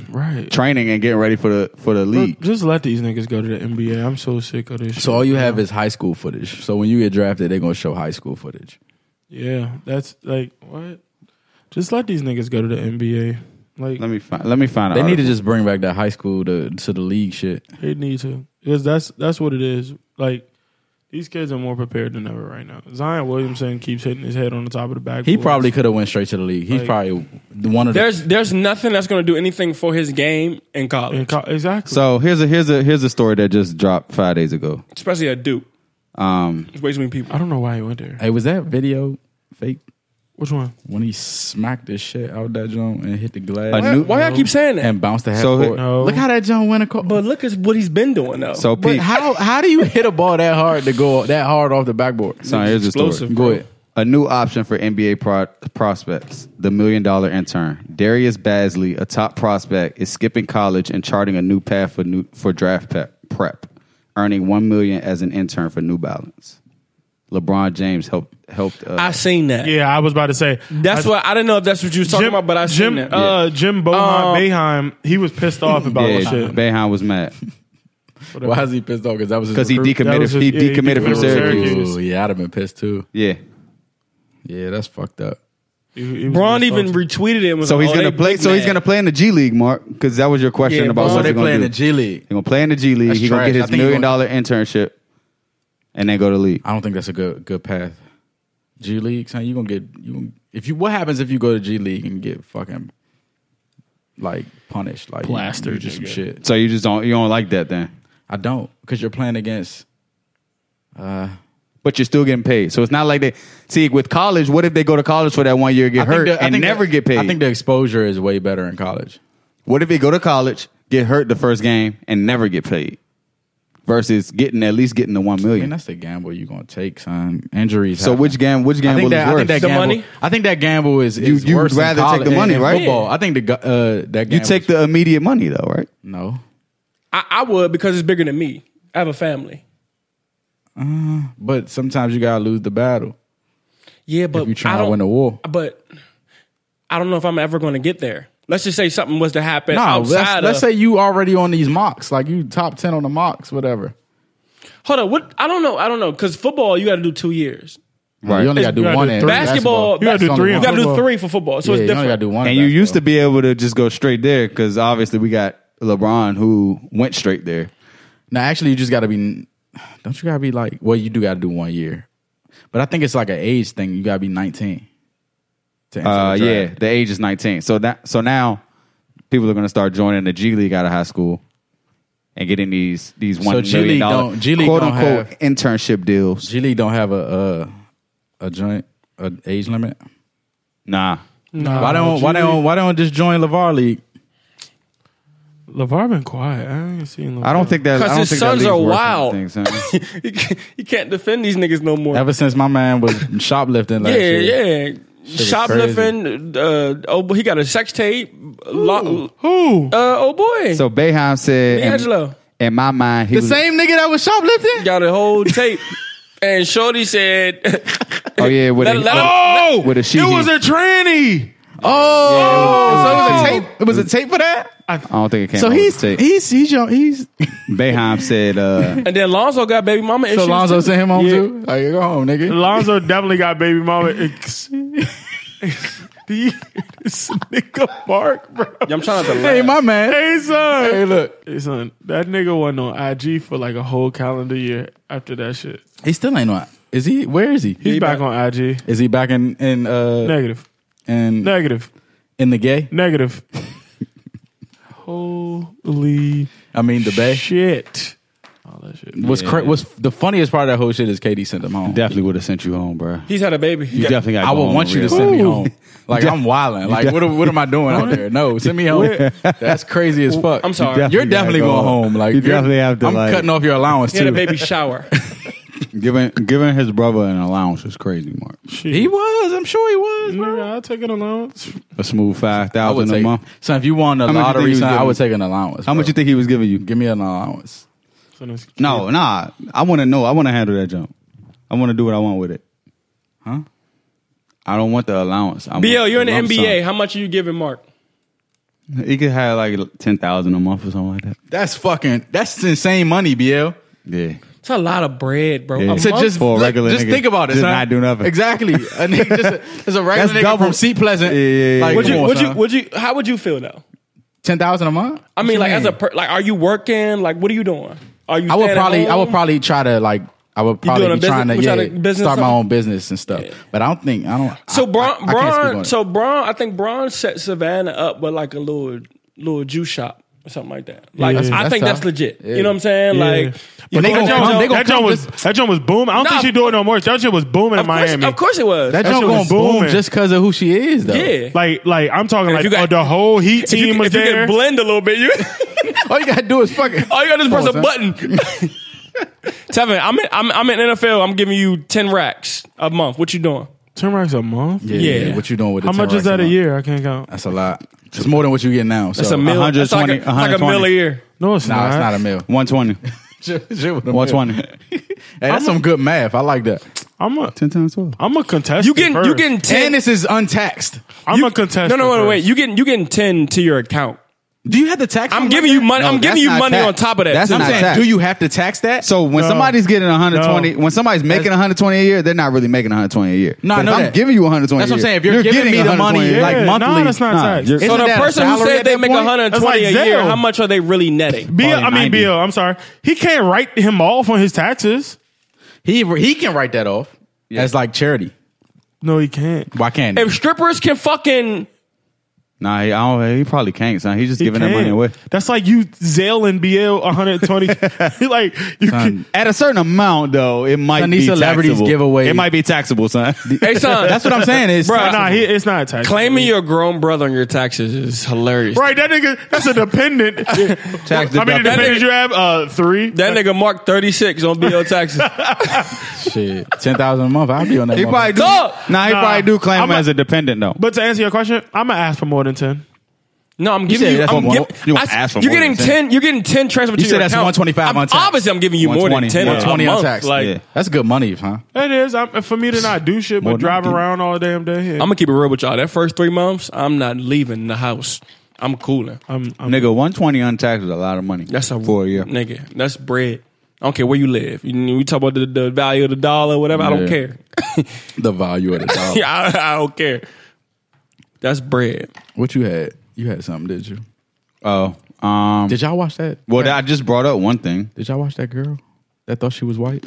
B: Right.
E: Training and getting ready for the for the league.
B: Just let these niggas go to the NBA. I'm so sick of this.
F: So
B: shit.
F: all you have is high school footage. So when you get drafted, they're gonna show high school footage.
B: yeah, that's like what? Just let these niggas go to the NBA. Like
E: Let me find let me find
F: They
E: out.
F: need to just bring back that high school to to the league shit.
B: they need to because that's that's what it is. Like these kids are more prepared than ever right now. Zion Williamson keeps hitting his head on the top of the backboard.
F: He probably could have went straight to the league. He's
B: Like-
F: probably one of the
C: there's there's nothing that's going to do anything for his game in college,
B: In co- exactly.
E: so here's a here's a here's a story that just dropped five days ago.
C: especially at Duke.
E: Um
C: There's way too many people.
B: I don't know why he went there.
F: Hey, was that video fake
B: Which one?
F: when he smacked this shit out that joint and hit the
E: A
F: glass
E: new-
C: Why y'all keep saying that?
F: and bounced the half
E: So-
F: court?
B: No.
F: Look how that joint went across.
C: but look at what he's been doing though.
E: so
F: But
E: Pete,
F: how how do you hit a ball that hard to go that hard off the backboard?
E: so here's the story.
C: explosive.
F: Go ahead.
E: A new option for NBA pro- prospects, the million dollar intern. Darius Basley, a top prospect, is skipping college and charting a new path for new for draft pep, prep, earning 1 million as an intern for New Balance. LeBron James helped helped uh,
C: I seen that.
B: Yeah, I was about to say
C: That's
B: I,
C: what I didn't know if that's what you was talking
B: Jim,
C: about, but I seen
B: Jim,
C: that.
B: uh, Jim Boheim,
C: Um,
B: Boeheim, he was pissed off about
E: yeah,
B: what shit.
E: Boeheim was mad
F: Why is he pissed off? Because that was
E: cuz he
B: That
E: decommitted
B: was his-
E: he
B: yeah, he
E: decommitted from
B: decommitted from
E: Syracuse.
B: Syracuse.
F: Ooh, yeah, I'd have been pissed too.
E: Yeah.
F: Yeah, that's fucked up.
C: Braun even retweeted it. And was
E: So
C: like,
E: he's
C: oh,
E: gonna
C: they
E: play.
C: big
E: So he's
C: mad.
E: gonna play in the G League, Mark, because that was your question
C: Yeah,
E: about
C: Braun-
E: what
F: Oh, they
E: they're
F: play
E: gonna
F: in
E: do.
F: the G League.
E: He's gonna play in the G League.
F: That's
E: He's gonna
F: trash.
E: get
F: I
E: his
F: think he
E: million
F: gonna-
E: dollar internship, and then go to league.
F: I don't think that's a good good path. G League, son, you gonna get you. Gonna, if you what happens if you go to G League and get fucking like punished, like you-
B: Plastered,
F: you do some
B: nigga.
F: shit?
E: So you just don't you don't like that then,
F: I don't because you're playing against.
E: but you're still getting paid. So it's not like they see with college. What if they go to college for that one year,
F: I
E: get
F: think
E: hurt,
F: the- I
E: and
F: think the-
E: never get paid?
F: I think the exposure is way better in college.
E: What if they go to college, get hurt the first game, and never get paid? Versus getting at least getting the
F: I
E: one
F: mean,
E: million.
F: that's the gamble you're gonna take, son. Injuries.
E: So
F: happen.
E: which game? Which
F: I
E: game
F: think
E: will
F: that,
E: is
F: I
E: worse?
F: think that
C: The
F: gamble.
C: money?
F: I think that gamble is. is
E: you would
F: worse in
E: rather take
F: college-
E: the
F: in-
E: money,
F: in
E: right?
F: Football. I think the gu- uh, that
E: you
F: gamble
E: take
F: is-
E: the immediate money though, right?
F: no,
C: I, I would because it's bigger than me. I have a family.
F: but sometimes you gotta lose the battle.
C: Yeah, but
F: you trying
C: I
F: to
C: don't-
F: win the war.
C: But I don't know if I'm ever going to get there. Let's just say something was to happen
F: No,
C: outside.
F: let's,
C: of,
F: let's say you already on these mocks, like you top ten on the mocks, whatever.
C: hold on. What I don't know. I don't know because football you got to do two years.
E: Right.
F: You only got to do
B: You gotta
F: one.
B: do
F: in
B: three.
C: Basketball-
B: You gotta do
F: That's
B: three
F: only
B: in
C: You got to do
B: Football.
C: three for football, so it's
F: Yeah, you only
C: different.
F: got to do one.
E: And you used to be able to just go straight there because obviously we got LeBron who went straight there.
F: now. Actually, you just got to be. Don't you got to be like? Well, you do got to do one year, but I think it's like an age thing. You got to be nineteen. To enter
E: Uh,
F: the
E: yeah,
F: draft.
E: the age is 19. So that so now people are going to start joining the G League out of high school and getting these these one
F: G League
E: million dollar
F: don't- G League
E: quote
F: don't
E: unquote
F: have-
E: internship deals.
F: G League don't have a a, a joint a age limit.
E: Nah,
F: why don't why don't why don't just join Levar League?
B: LeVar been quiet. I ain't seen LeVar.
E: I don't think that.
C: 'Cause
E: I don't
C: his
E: think that
C: sons
E: league's
C: are
E: worth
C: wild.
E: anything, son.
C: you, can't, you can't defend these niggas no more.
F: Ever since my man was shoplifting last
C: yeah,
F: year,
C: yeah.
F: was
C: Shoplifting. Uh, oh, he got a sex tape. Lo-
B: Who?
C: uh, oh boy.
E: so Beheim said, in,
C: D'Angelo.
E: in my mind, he was,
F: nigga that was shoplifting.
C: got a whole tape. and Shorty said,
E: oh yeah, with
C: Let-
E: a,
C: let-
B: Oh,
E: with a she.
B: it was a tranny.
F: Oh, so it was a tape. It was a tape for that.
E: I don't think it came.
F: So
E: out with
F: he's
E: the tape.
F: he's he's young, he's.
E: Beheim said, uh,
C: and then Lonzo got baby mama issues.
F: So Lonzo
C: too.
F: sent him home too. Like go home, nigga.
B: Lonzo definitely got baby mama. Ex- Do you hear this nigga bark, bro?
C: I'm trying not to laugh.
F: Hey, my man.
B: Hey son,
F: Hey, look,
B: Hey, son, that nigga wasn't on IG for like a whole calendar year after that shit.
F: he still ain't on. Is he? Where is he?
B: He's back, on IG.
F: Is he back in in uh
B: Negative,
F: in
B: negative,
F: in the gay?
B: negative. Holy
F: I mean the bay.
B: shit! All that shit.
F: What's cra- what's the funniest part of that whole shit is Katie sent him home.
E: definitely would have sent you home, bro.
C: He's had a baby.
E: You definitely got.
F: I would want you to send me
B: Ooh.
F: home. Like I'm wilding. Like what, am- what am I doing out there? No, send me home. That's crazy as fuck.
C: I'm sorry.
F: You're definitely
E: gotta
F: going
E: go.
F: home. Like
E: You
F: you're-
E: definitely have to,
F: I'm
E: like-
F: cutting off your allowance
C: He had a
F: too.
C: baby shower.
E: Giving giving his brother an allowance is crazy, Mark.
B: Shit.
F: He was. I'm sure he was. bro.
B: Yeah, I'll take an allowance.
E: A smooth five
F: I would
E: thousand a
F: take.
E: month.
F: Son, if you won the
E: How much you think he
F: lottery,
E: was
F: son, I
E: giving?
F: would take an allowance.
E: How much you think he was giving you?
F: Give me an allowance.
B: So that's-
E: No, nah. I want to know. I want to handle that jump. I want to do what I want with it.
F: Huh?
E: I don't want the allowance. I
C: BL,
E: want
C: you're in the
E: lump
C: NBA. How much are you giving Mark?
E: sum. He could have like ten thousand a month or something like that.
F: That's fucking. That's insane money, BL.
E: Yeah.
C: It's a lot of bread, bro.
E: Yeah.
C: A
E: So
C: month?
E: just- For a
F: look,
E: regular
F: just
E: nigga,
F: think about it.
E: just
F: son.
E: not do nothing.
F: Exactly. A nigga just a, just a regular
E: That's
F: nigga
E: double.
F: from Sea Pleasant.
E: Yeah, yeah, yeah.
F: Like,
E: Would
C: would
F: come
C: you,
F: on,
C: would you,
F: son.
C: would you, how would you feel though?
F: ten thousand a month?
C: I mean, like as a per, like, are you working? Like, what are you doing? Are you?
F: I would
C: staying at
F: probably, I would
C: home?
F: probably try to like, I would probably
C: doing a
F: be trying to,
C: business-
F: yeah,
C: you trying to business
F: start my
C: something?
F: own business and stuff. But I don't think I don't.
C: So
F: I- I-
C: Braun,
F: I can't speak on
C: Braun,
F: it.
C: so Braun, I think Braun set Savannah up with like a little little juice shop or something like that. Like
F: Yeah.
C: I
F: That's
C: think that's
F: tough.
C: legit.
F: Yeah.
C: You know what I'm saying? Like, you
F: But they
C: go to
F: gonna come-
C: Jones-
F: they gonna
B: that joint was
F: listen-
B: that joint was booming. I don't
C: Nah,
B: think she do it no more. That joint was booming
C: of
B: in Miami.
C: course, of course it was.
F: that
B: that
F: joint
B: shit
F: gonna
B: was
F: boom
B: booming.
F: just because of who she is, though.
C: yeah.
B: Like like I'm talking
C: if
B: like
C: you got-
B: oh, the whole Heat
C: if
B: team
C: you,
B: was
C: if you
B: there.
C: can blend a little bit, you
F: All you gotta do is fucking.
C: all you gotta do is press
F: Come
C: a
F: on,
C: button. Tevin, I'm in, I'm I'm in NFL. I'm giving you ten racks a month. What you doing?
B: Ten racks a month.
F: Yeah,
C: Yeah.
F: yeah, What you doing with
B: How
F: the
B: much
F: 10
B: is that
F: racks
B: a
F: month?
B: year? I can't count.
F: That's a lot. It's more than what you get now. So.
C: It's a mil. That's like a,
E: 120,
C: it's like a mill a
E: 120.
C: year.
B: No, it's
F: Nah,
B: not.
F: it's not a meal.
E: One twenty. One
F: What's
E: twenty.
F: Hey, that's some good math. I like that.
B: I'm a
E: Ten times twelve.
B: I'm a contestant.
C: You getting you
B: first.
C: getting ten?
F: And this is untaxed.
B: I'm
C: you-
B: a contestant.
C: No, no, wait,
B: first.
C: wait. You getting you getting ten to your account.
F: Do you have to tax?
C: I'm
F: something
C: giving
F: like
C: you
F: that?
C: money.
E: No,
C: I'm
E: that's
C: giving you
E: not
C: money
E: tax.
C: on top of that.
E: That's
C: too.
F: I'm
E: not
F: saying,
E: tax.
F: do you have to tax that?
E: So when
B: No.
E: somebody's getting 120,
B: No.
E: when somebody's making 120 a year, they're not really making 120 a year.
F: No, I
E: But if
F: know
E: I'm
F: that.
E: giving you 120.
F: That's
E: a
F: what I'm
E: year,
F: saying. If you're
E: you're
F: giving
E: getting
F: me the
E: 120 a
F: money,
E: year.
F: like
B: Yeah, nah,
F: monthly,
B: that's not tax.
E: you're-
C: so
E: Isn't
C: the
E: that a
C: person who
E: salary
C: says
E: at
C: they
E: that
C: make
E: point?
C: 120
B: That's
C: a
B: like
C: year,
B: zero.
C: how much are they really netting?
B: Bill, I mean
F: 90.
B: Bill. I'm sorry. He can't write him off on his taxes.
F: He he can write that off as like charity.
B: No, he can't.
F: Why can't?
C: If strippers can fucking
E: Nah, he, I don't, he probably can't. Son, he's just
B: He
E: giving that
B: can't.
E: money away.
B: That's like you Zell and BL 120. like you can,
E: At a certain amount, though, it might
F: Son,
E: be
F: these celebrities
E: taxable.
F: give away-
E: It might be taxable, son.
C: Hey son,
F: That's what I'm saying. Is
C: Bruh,
B: nah, he, it's not tax.
C: claiming your grown brother on your taxes is hilarious.
B: Right, that nigga, that's a dependent.
E: Tax
B: How many
E: deductible.
B: dependents you have? Uh, three.
C: That nigga marked 36 on BO taxes.
F: shit, ten thousand a month. I'll be on that.
E: He probably do.
C: Dog!
E: Nah, he
B: Nah.
E: probably do claim
B: I'm
E: him
B: a-
E: as a dependent though.
B: But to answer your question, I'm gonna ask for more than ten.
C: No, I'm
F: said
C: giving you.
F: that's
C: I'm
F: one-
C: giving,
E: you want
C: I-
E: to ask for
C: you're
E: more
C: getting
E: than
C: 10. You're getting 10 transferred
F: You
C: to
F: said
C: your
F: that's
C: account.
F: 125
C: I'm-
F: on tax.
C: Obviously, I'm giving you more than
E: 120,
C: 10
E: yeah.
C: a
F: 20 on
C: month.
F: tax.
C: Like,
E: Yeah.
F: That's good money, huh?
B: It is I'm, for me to not do shit
E: More
B: but
E: than
B: drive
E: I do.
B: around all damn day. Yeah.
C: I'm gonna keep it real with y'all. That first three months, I'm not leaving the house. I'm cooling.
B: I'm, I'm,
E: Nigga, one twenty untaxed is a lot of money.
C: That's a
E: for a year.
C: nigga. That's bread. I don't care where you live. You, we talk about the, the value of the dollar, whatever. I don't
F: Yeah.
C: care.
F: The value of the dollar.
C: yeah, I, I don't care. That's bread.
F: What you had? You had something, did you?
E: Oh, um,
F: Did y'all watch that?
E: well, I just brought up one thing.
F: Did y'all watch that girl that thought she was white?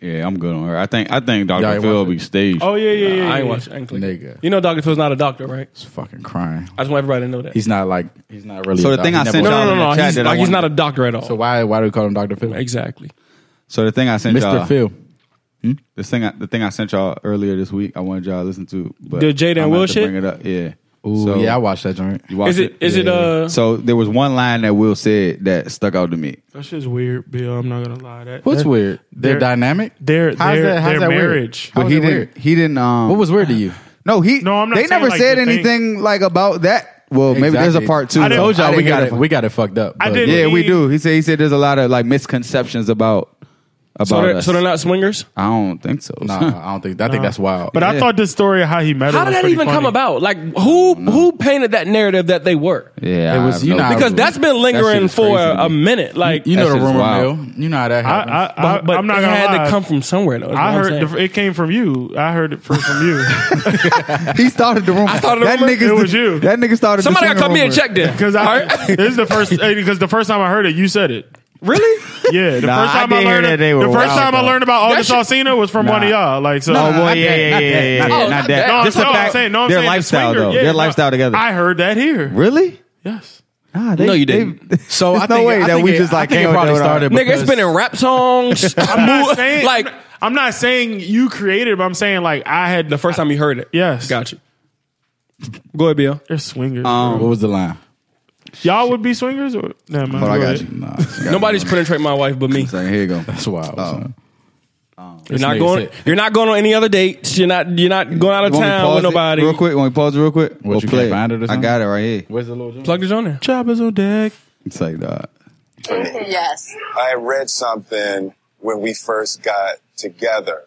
E: Yeah, I'm good on her. I think I think
F: Y'all
E: Doctor
F: ain't
E: Phil
F: watch it?
E: be staged.
B: oh yeah, yeah, yeah.
C: I
B: yeah.
C: ain't watching. I ain't clicking.
F: Nigga.
C: You know, Doctor Phil's not a doctor, right?
F: It's fucking crying.
C: I just want everybody to know that.
F: He's not like he's not really.
E: So
F: a
E: the
F: doc-
E: thing
F: he
E: I
F: never
E: sent
F: was
C: no,
E: y'all
C: no,
E: in the
C: no, no.
E: chat
C: He's,
E: that I
C: like, he's
E: wanted-
C: not a doctor at all.
F: So why why do we call him Doctor Phil?
C: exactly.
E: So the thing I sent
F: Mister
E: y'all,
F: Phil.
E: this thing, I, the thing I sent y'all earlier this week, I wanted y'all to listen to. But
C: The Jada and
E: I'm
C: Will
E: about to
C: shit?
E: Bring it up, yeah.
F: Ooh,
E: so,
F: yeah, I watched that joint.
E: you watch
C: Is it? Is it?
F: Yeah.
C: Uh,
E: So there was one line that Will said that stuck out to me.
B: That shit's weird, Bill. I'm not gonna lie. That
F: What's
B: that-
F: weird? Their
B: they're-
F: dynamic.
B: Their
F: How's
B: their,
F: that- how's
B: their
F: that weird?
B: marriage.
F: How
E: But
F: was
E: he
F: it
E: didn't.
F: weird?
E: He didn't. Um,
F: What was weird to you?
E: No, he.
B: No, I'm not
E: They
B: saying,
E: never
B: like,
E: said
B: the thing-
E: anything like about that. Well, maybe there's a
F: Exactly.
E: part two.
B: I
F: I
B: didn't-
F: told y'all
E: I
F: we
E: didn't
F: got
E: hear
F: it.
E: that
F: We got it fucked up.
B: I
F: but-
B: didn't-
E: Yeah, we do. He said. He said there's a lot of like misconceptions about about
C: so, they're,
E: us.
C: so they're not swingers.
E: I don't think so.
F: Nah, I don't think. I think that's wild.
B: But I
E: Yeah.
B: thought the story of how he met her.
C: How did
B: was
C: that
B: pretty
C: even
B: funny.
C: come about? Like who who painted that narrative that they were?
E: yeah,
F: It
E: I
F: was-
E: have
F: you
E: no
F: know,
E: clue.
C: Because that's been lingering
E: Um, shit is
C: for
E: crazy to
C: a,
E: me.
C: minute. Like
F: you know
E: that
F: the
E: shit's
F: rumor mill.
E: wild.
F: You know how that
B: I,
F: happens.
B: I, I,
C: but, but
B: I'm not
C: it
B: gonna
C: had
B: lie.
C: to come from somewhere though.
B: I
C: is what I'm
B: heard
C: saying.
B: the, it came from you. I heard it first from you
E: he started the rumor.
C: I started the
E: that
C: rumor?
E: nigga's
B: It
E: the-
B: was you.
E: That nigga started.
C: somebody
E: the
C: got to come
E: rumor.
C: in and check then.
B: because
C: All
B: I
C: right?
B: this is the first because the first time I heard it, you said it.
C: really?
B: Yeah, the
E: Nah,
B: first
E: I
B: time I,
E: did hear
B: learned
E: that they
B: the
E: were
B: first
E: wild,
B: time I
E: though.
B: learned about August
C: shit-
B: Alsina was from one of y'all. Like so,
E: Oh boy,
F: not that,
E: yeah, yeah, yeah,
F: not
E: yeah,
F: that,
E: yeah,
F: not
E: yeah,
C: that. No,
E: not that.
C: I'm
E: Just
B: no,
E: the
B: I'm
E: fact
B: saying- no, I'm
E: their
B: saying the
E: lifestyle
B: swinger,
E: though,
B: yeah,
E: their
B: no,
E: lifestyle together.
B: I heard that here.
E: Really?
B: Yes.
E: Nah, they,
C: No, you
E: they-
C: didn't.
F: so I
E: there's no
F: think,
E: way
F: I
E: that
F: think
E: we
F: it-
E: just,
F: I
E: like,
F: think
E: came
F: it
E: up
F: probably
E: with our-
F: started.
C: Nigga, it's
F: because-
C: been in rap songs.
B: I'm not saying
C: like
B: I'm not saying you created, it, but I'm saying like I had
C: the first time you heard it.
B: Yes.
C: got you. Go ahead, Bill.
B: They're swingers.
E: Um,
F: What was
B: um,
F: the line?
B: bro. Y'all would be swingers or nah, man,
E: Hold on, I
B: go
E: got
B: ahead.
E: you. Nah,
C: Nobody's penetrating my wife but me.
E: Second, here you go.
F: That's wild. son.
C: You're not
F: nigga
C: going.
F: said-
C: You're not going on any other dates. You're not. You're not going out of
E: Want me to
C: town
E: pause
C: with
E: it
C: nobody.
E: Real quick, want me to pause it real quick? We'll
F: you can't
E: play it.
F: find it or
E: I
F: something?
E: got it right here.
F: Where's the little?
C: Plug this on there.
B: Choppers on deck.
E: It's like that.
D: Yes.
G: I had read something when we first got together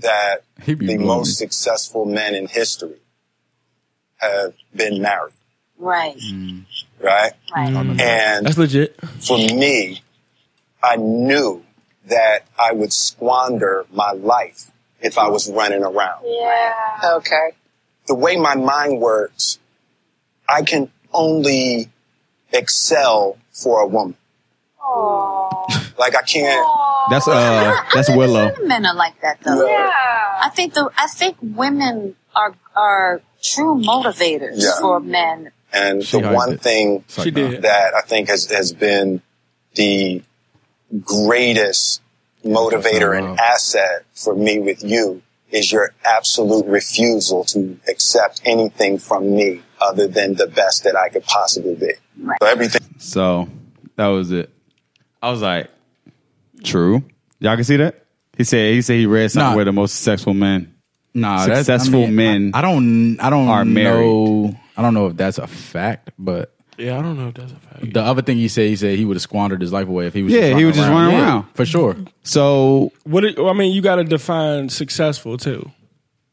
G: that
F: He be
G: the
F: blowing me.
G: most successful men in history have been married,
D: Right.
F: Mm.
G: right?
D: Right.
G: And
C: That's legit.
G: for me, I knew that I would squander my life if I was running around.
D: Yeah. Okay.
G: The way my mind works, I can only excel for a woman.
D: Aww.
G: Like I can't,
E: That's uh, that's Willow.
D: Men are like that though. Yeah. I think the I think women are are true motivators
G: Yeah.
D: for men.
G: And
F: She
G: the
F: hyped
G: one
F: it.
G: thing
C: She did.
G: that I think has, has been the greatest motivator
F: Wow.
G: and asset for me with you is your absolute refusal to accept anything from me other than the best that I could possibly be. So everything
E: So that was it. I was like, true. Y'all can see that. He said he said he read something
F: Nah.
E: where the most successful men
F: Nah,
E: Successful men
F: I, I don't. I don't
E: are married.
F: know. I don't know if that's a fact, but
B: Yeah, I don't know if that's a fact.
F: the other thing he said, he said he would have squandered his life away if he was.
E: Yeah,
F: just
E: he was just running around.
F: for sure.
E: So
C: What it, I mean, you got to define successful too,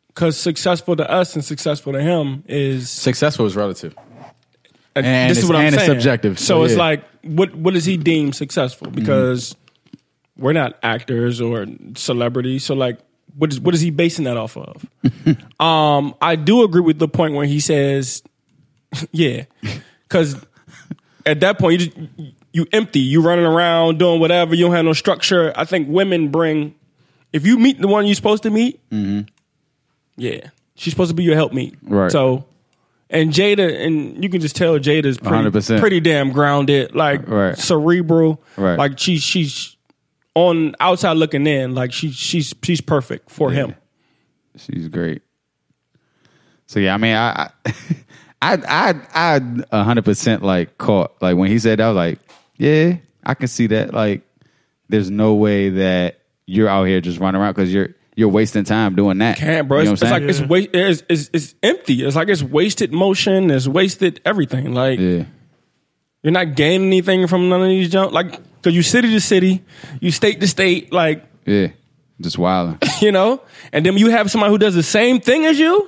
C: because successful to us and successful to him is
F: Successful is relative.
C: And,
F: And
C: this is
F: it's-
C: what I'm
F: and it's
C: saying.
F: subjective,
C: So
F: so
C: it's
F: yeah. Mm-hmm.
C: like, what what does he deem successful? Because we're not actors or celebrities. So like, what is what is he basing that off of? um, I do agree with the point where he says, yeah, because at that point you just, you empty, you running around doing whatever. You don't have no structure. I think women bring. If you meet the one you're supposed to meet,
F: Mm-hmm.
C: yeah, she's supposed to be your helpmate.
E: Right.
C: So, and Jada, and you can just tell Jada's pretty,
E: 100%.
C: pretty damn grounded, like
E: Right.
C: cerebral,
E: Right.
C: like she she's on outside looking in, like she she's she's perfect for him.
E: She's great. So yeah, I mean, I, I, I, I, I, hundred percent like caught like when he said that. I was like, yeah, I can see that. Like, there's no way that you're out here just running around because you're you're wasting time doing that.
C: Can't, bro.
E: You know
C: it's,
E: what I'm
C: it's like it's, wa- it's it's it's empty. It's like it's wasted motion. It's wasted everything. Like
E: saying? yeah.
C: You're not gaining anything from none of these jump. Like, cause you city to city, you state to state, like,
E: Yeah, just wilding.
C: you know, and then you have somebody who does the same thing as you.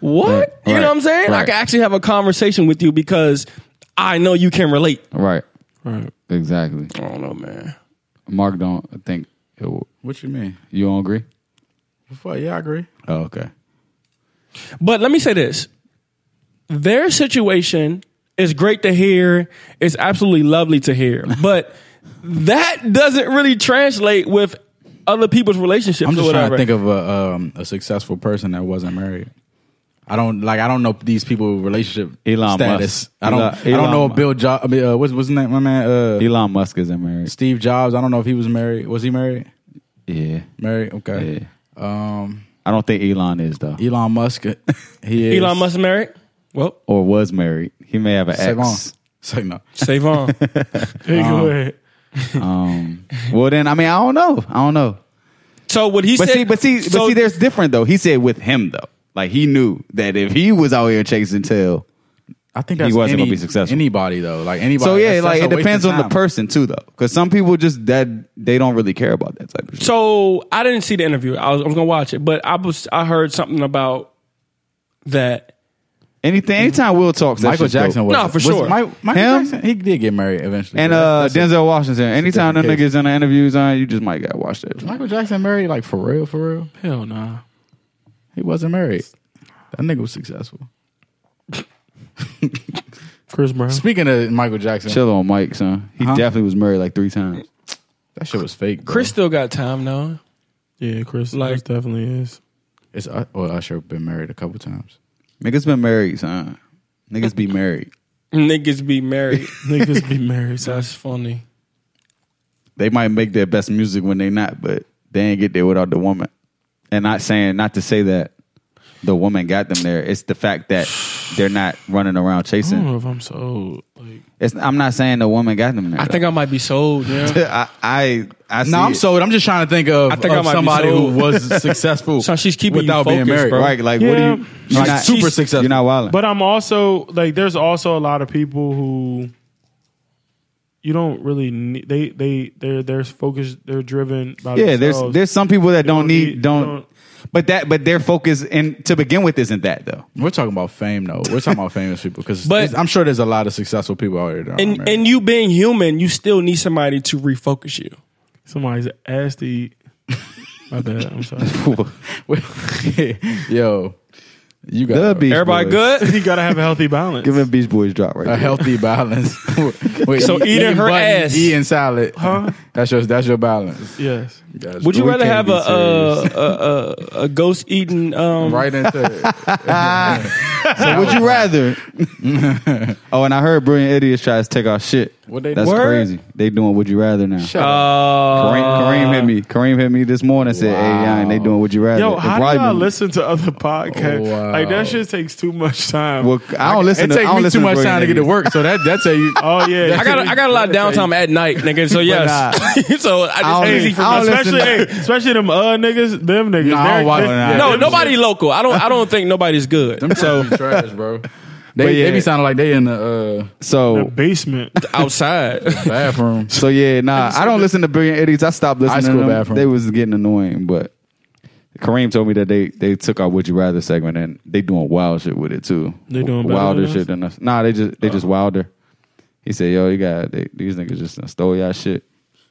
C: What?
E: Right,
C: you know
E: right,
C: what I'm saying? I
E: right.
C: can actually have a conversation with you because I know you can relate.
E: right, right, exactly.
C: I don't know, man.
E: Mark don't think it,
F: What you mean?
E: you don't agree.
F: Fuck yeah, I agree.
E: Oh, okay.
C: But let me say this. Their situation is great to hear. It's absolutely lovely to hear. But that doesn't really translate with other people's relationships
F: I'm just
C: or
F: trying
C: whatever.
F: to think of a um, a successful person that wasn't married. I don't like. I don't know these people relationship
E: Elon
F: status.
E: Musk.
F: I don't.
E: Elon-
F: I don't know
E: Elon-
F: Bill Jobs. I mean, uh, what's what's his name? My man, uh,
E: Elon Musk isn't married.
F: Steve Jobs. I don't know if he was married. Was he married?
E: Yeah,
F: Married? Okay.
E: yeah. Um, I don't think Elon is though,
F: Elon Musk. He is.
C: Elon Musk married? Well,
E: or was married. He may have an
F: Save on.
E: ex.
F: Save no.
C: save on.
B: Hey, go ahead.
E: Well, then I mean I don't know. I don't know.
C: So what he
E: But
C: said,
E: see, but see,
C: so-
E: but see, there's different though. He said with him though, like he knew that if he was out here chasing tail.
F: I think
E: He
F: that's
E: wasn't gonna
F: any-
E: be successful.
F: Anybody though, like anybody.
E: So yeah,
F: That's-
E: like
F: that's
E: it
F: a waste
E: depends
F: of
E: on the
F: time.
E: person too though, because some people just that they don't really care about that type of shit.
C: So I didn't see the interview. I was, I was gonna watch it, but I was I heard something about that.
E: Anything, anytime Will talks, that
F: Michael
E: shit's dope.
F: Jackson was
C: No, for
F: was
C: sure.
F: Mi- Michael
E: Him?
F: Jackson, he did get married eventually.
E: and
F: but
E: uh,
F: that's- that's a-
E: Denzel Washington. Anytime them
F: different
E: niggas in the interviews on, you just might gotta watch that.
F: Michael Jackson married like for real, for real.
B: Hell nah.
F: He wasn't married. That nigga was successful.
B: Chris Brown.
F: Speaking of Michael Jackson,
E: Chill on Mike, son. He
F: Huh?
E: definitely was married like three times.
F: that shit was fake. Bro.
C: Chris still got time though.
B: Yeah, Chris.
C: Like-
B: Chris definitely is.
F: it's uh, well, Usher been married a couple times.
E: Niggas been married, son. Niggas be married.
C: Niggas be married.
B: Niggas be married. So
C: That's funny.
E: they might make their best music when they not, but they ain't get there without the woman. And not saying not to say that the woman got them there. It's the fact that they're not running around
B: I don't know
E: chasing.
B: if I'm so like.
E: It's, I'm not saying the woman got them there.
C: I think I might be sold. Yeah.
E: I I, I see
F: No, I'm
E: it.
F: sold. I'm just trying to think of,
C: I think I
F: of
C: might be
F: somebody who
C: sold.
F: was successful.
C: So she's keeping you
F: without being
C: focused,
F: married,
C: bro.
E: right. Like what
B: Yeah.
E: do you? You're
F: Like,
E: not,
F: super
E: you're
F: successful.
E: not wilding.
B: But I'm also like, there's also a lot of people who you don't really need. They they they're they're focused. They're driven by
E: yeah, there's
B: themselves.
E: there's some people that don't,
B: don't
E: need,
B: need-
E: don't,
B: don't-
E: But that but their focus and to begin with isn't that though.
F: We're talking about fame, though. We're talking about famous people because
C: But-
F: I'm sure there's a lot of successful people out here. That aren't
C: And
F: married.
C: and you being human, you still need somebody to refocus you.
B: somebody's ass to eat. My bad. I'm sorry.
F: yo, you got
E: The Beach
C: Everybody
E: Boys.
C: good?
B: you gotta have a healthy balance.
E: Give me a Beach Boys drop right
F: a
E: there.
F: healthy balance. Wait,
C: So
F: you-
C: eating her ass.
F: eating salad. That's your that's your balance.
B: yes.
F: Guys,
C: Would you
F: we
C: rather
F: can't
C: have a
F: be
C: a,
F: serious.
C: a a a ghost eating um
F: right into it.
E: So would you rather? oh, and I heard Brilliant Idiots tries to take our shit.
F: What they
E: That's
F: do?
E: crazy. They doing Would You Rather now.
F: Shut up.
C: uh
E: Kareem, Kareem hit me. Kareem hit me this morning. and Said, "Hey, Yann, they doing Would You Rather."
B: Yo,
E: It
B: how do
E: probably
B: y'all
E: been-
B: listen to other podcasts?
F: Wow.
B: Like that shit takes too much time.
E: Well, I don't listen.
F: It
E: to, I
F: takes
E: don't
F: me
E: listen
F: too much
E: Brilliant
F: time to get to
E: Idiots.
F: work, so that that's how you.
B: oh yeah,
C: I got I got a lot of downtime at night, nigga. So yes, so I,
E: don't
C: it's easy
E: even-
C: for
E: I
C: me.
E: don't listen
B: especially hey, especially them uh niggas, them niggas.
F: Nah, I don't
B: They're-
F: watch
B: they-
F: that.
B: yeah,
C: No,
B: them-
C: nobody local. I don't. I don't think nobody's good.
F: Them so trash, bro. They,
E: yeah.
F: they be sounding like they in the
B: The
E: So,
B: basement.
C: outside.
F: uh, bathroom.
E: so yeah, nah. I don't listen to Brilliant Idiots. I stopped listening.
F: school
E: to them.
F: bathroom.
E: They was getting annoying, but Kareem told me that they they took our Would You Rather segment and they doing wild shit with it too.
B: They doing better
E: wilder
B: than us?
E: shit than us. Nah, they just they just
F: Oh.
E: wilder. He said, "Yo, you got they, these niggas just done stole y'all shit,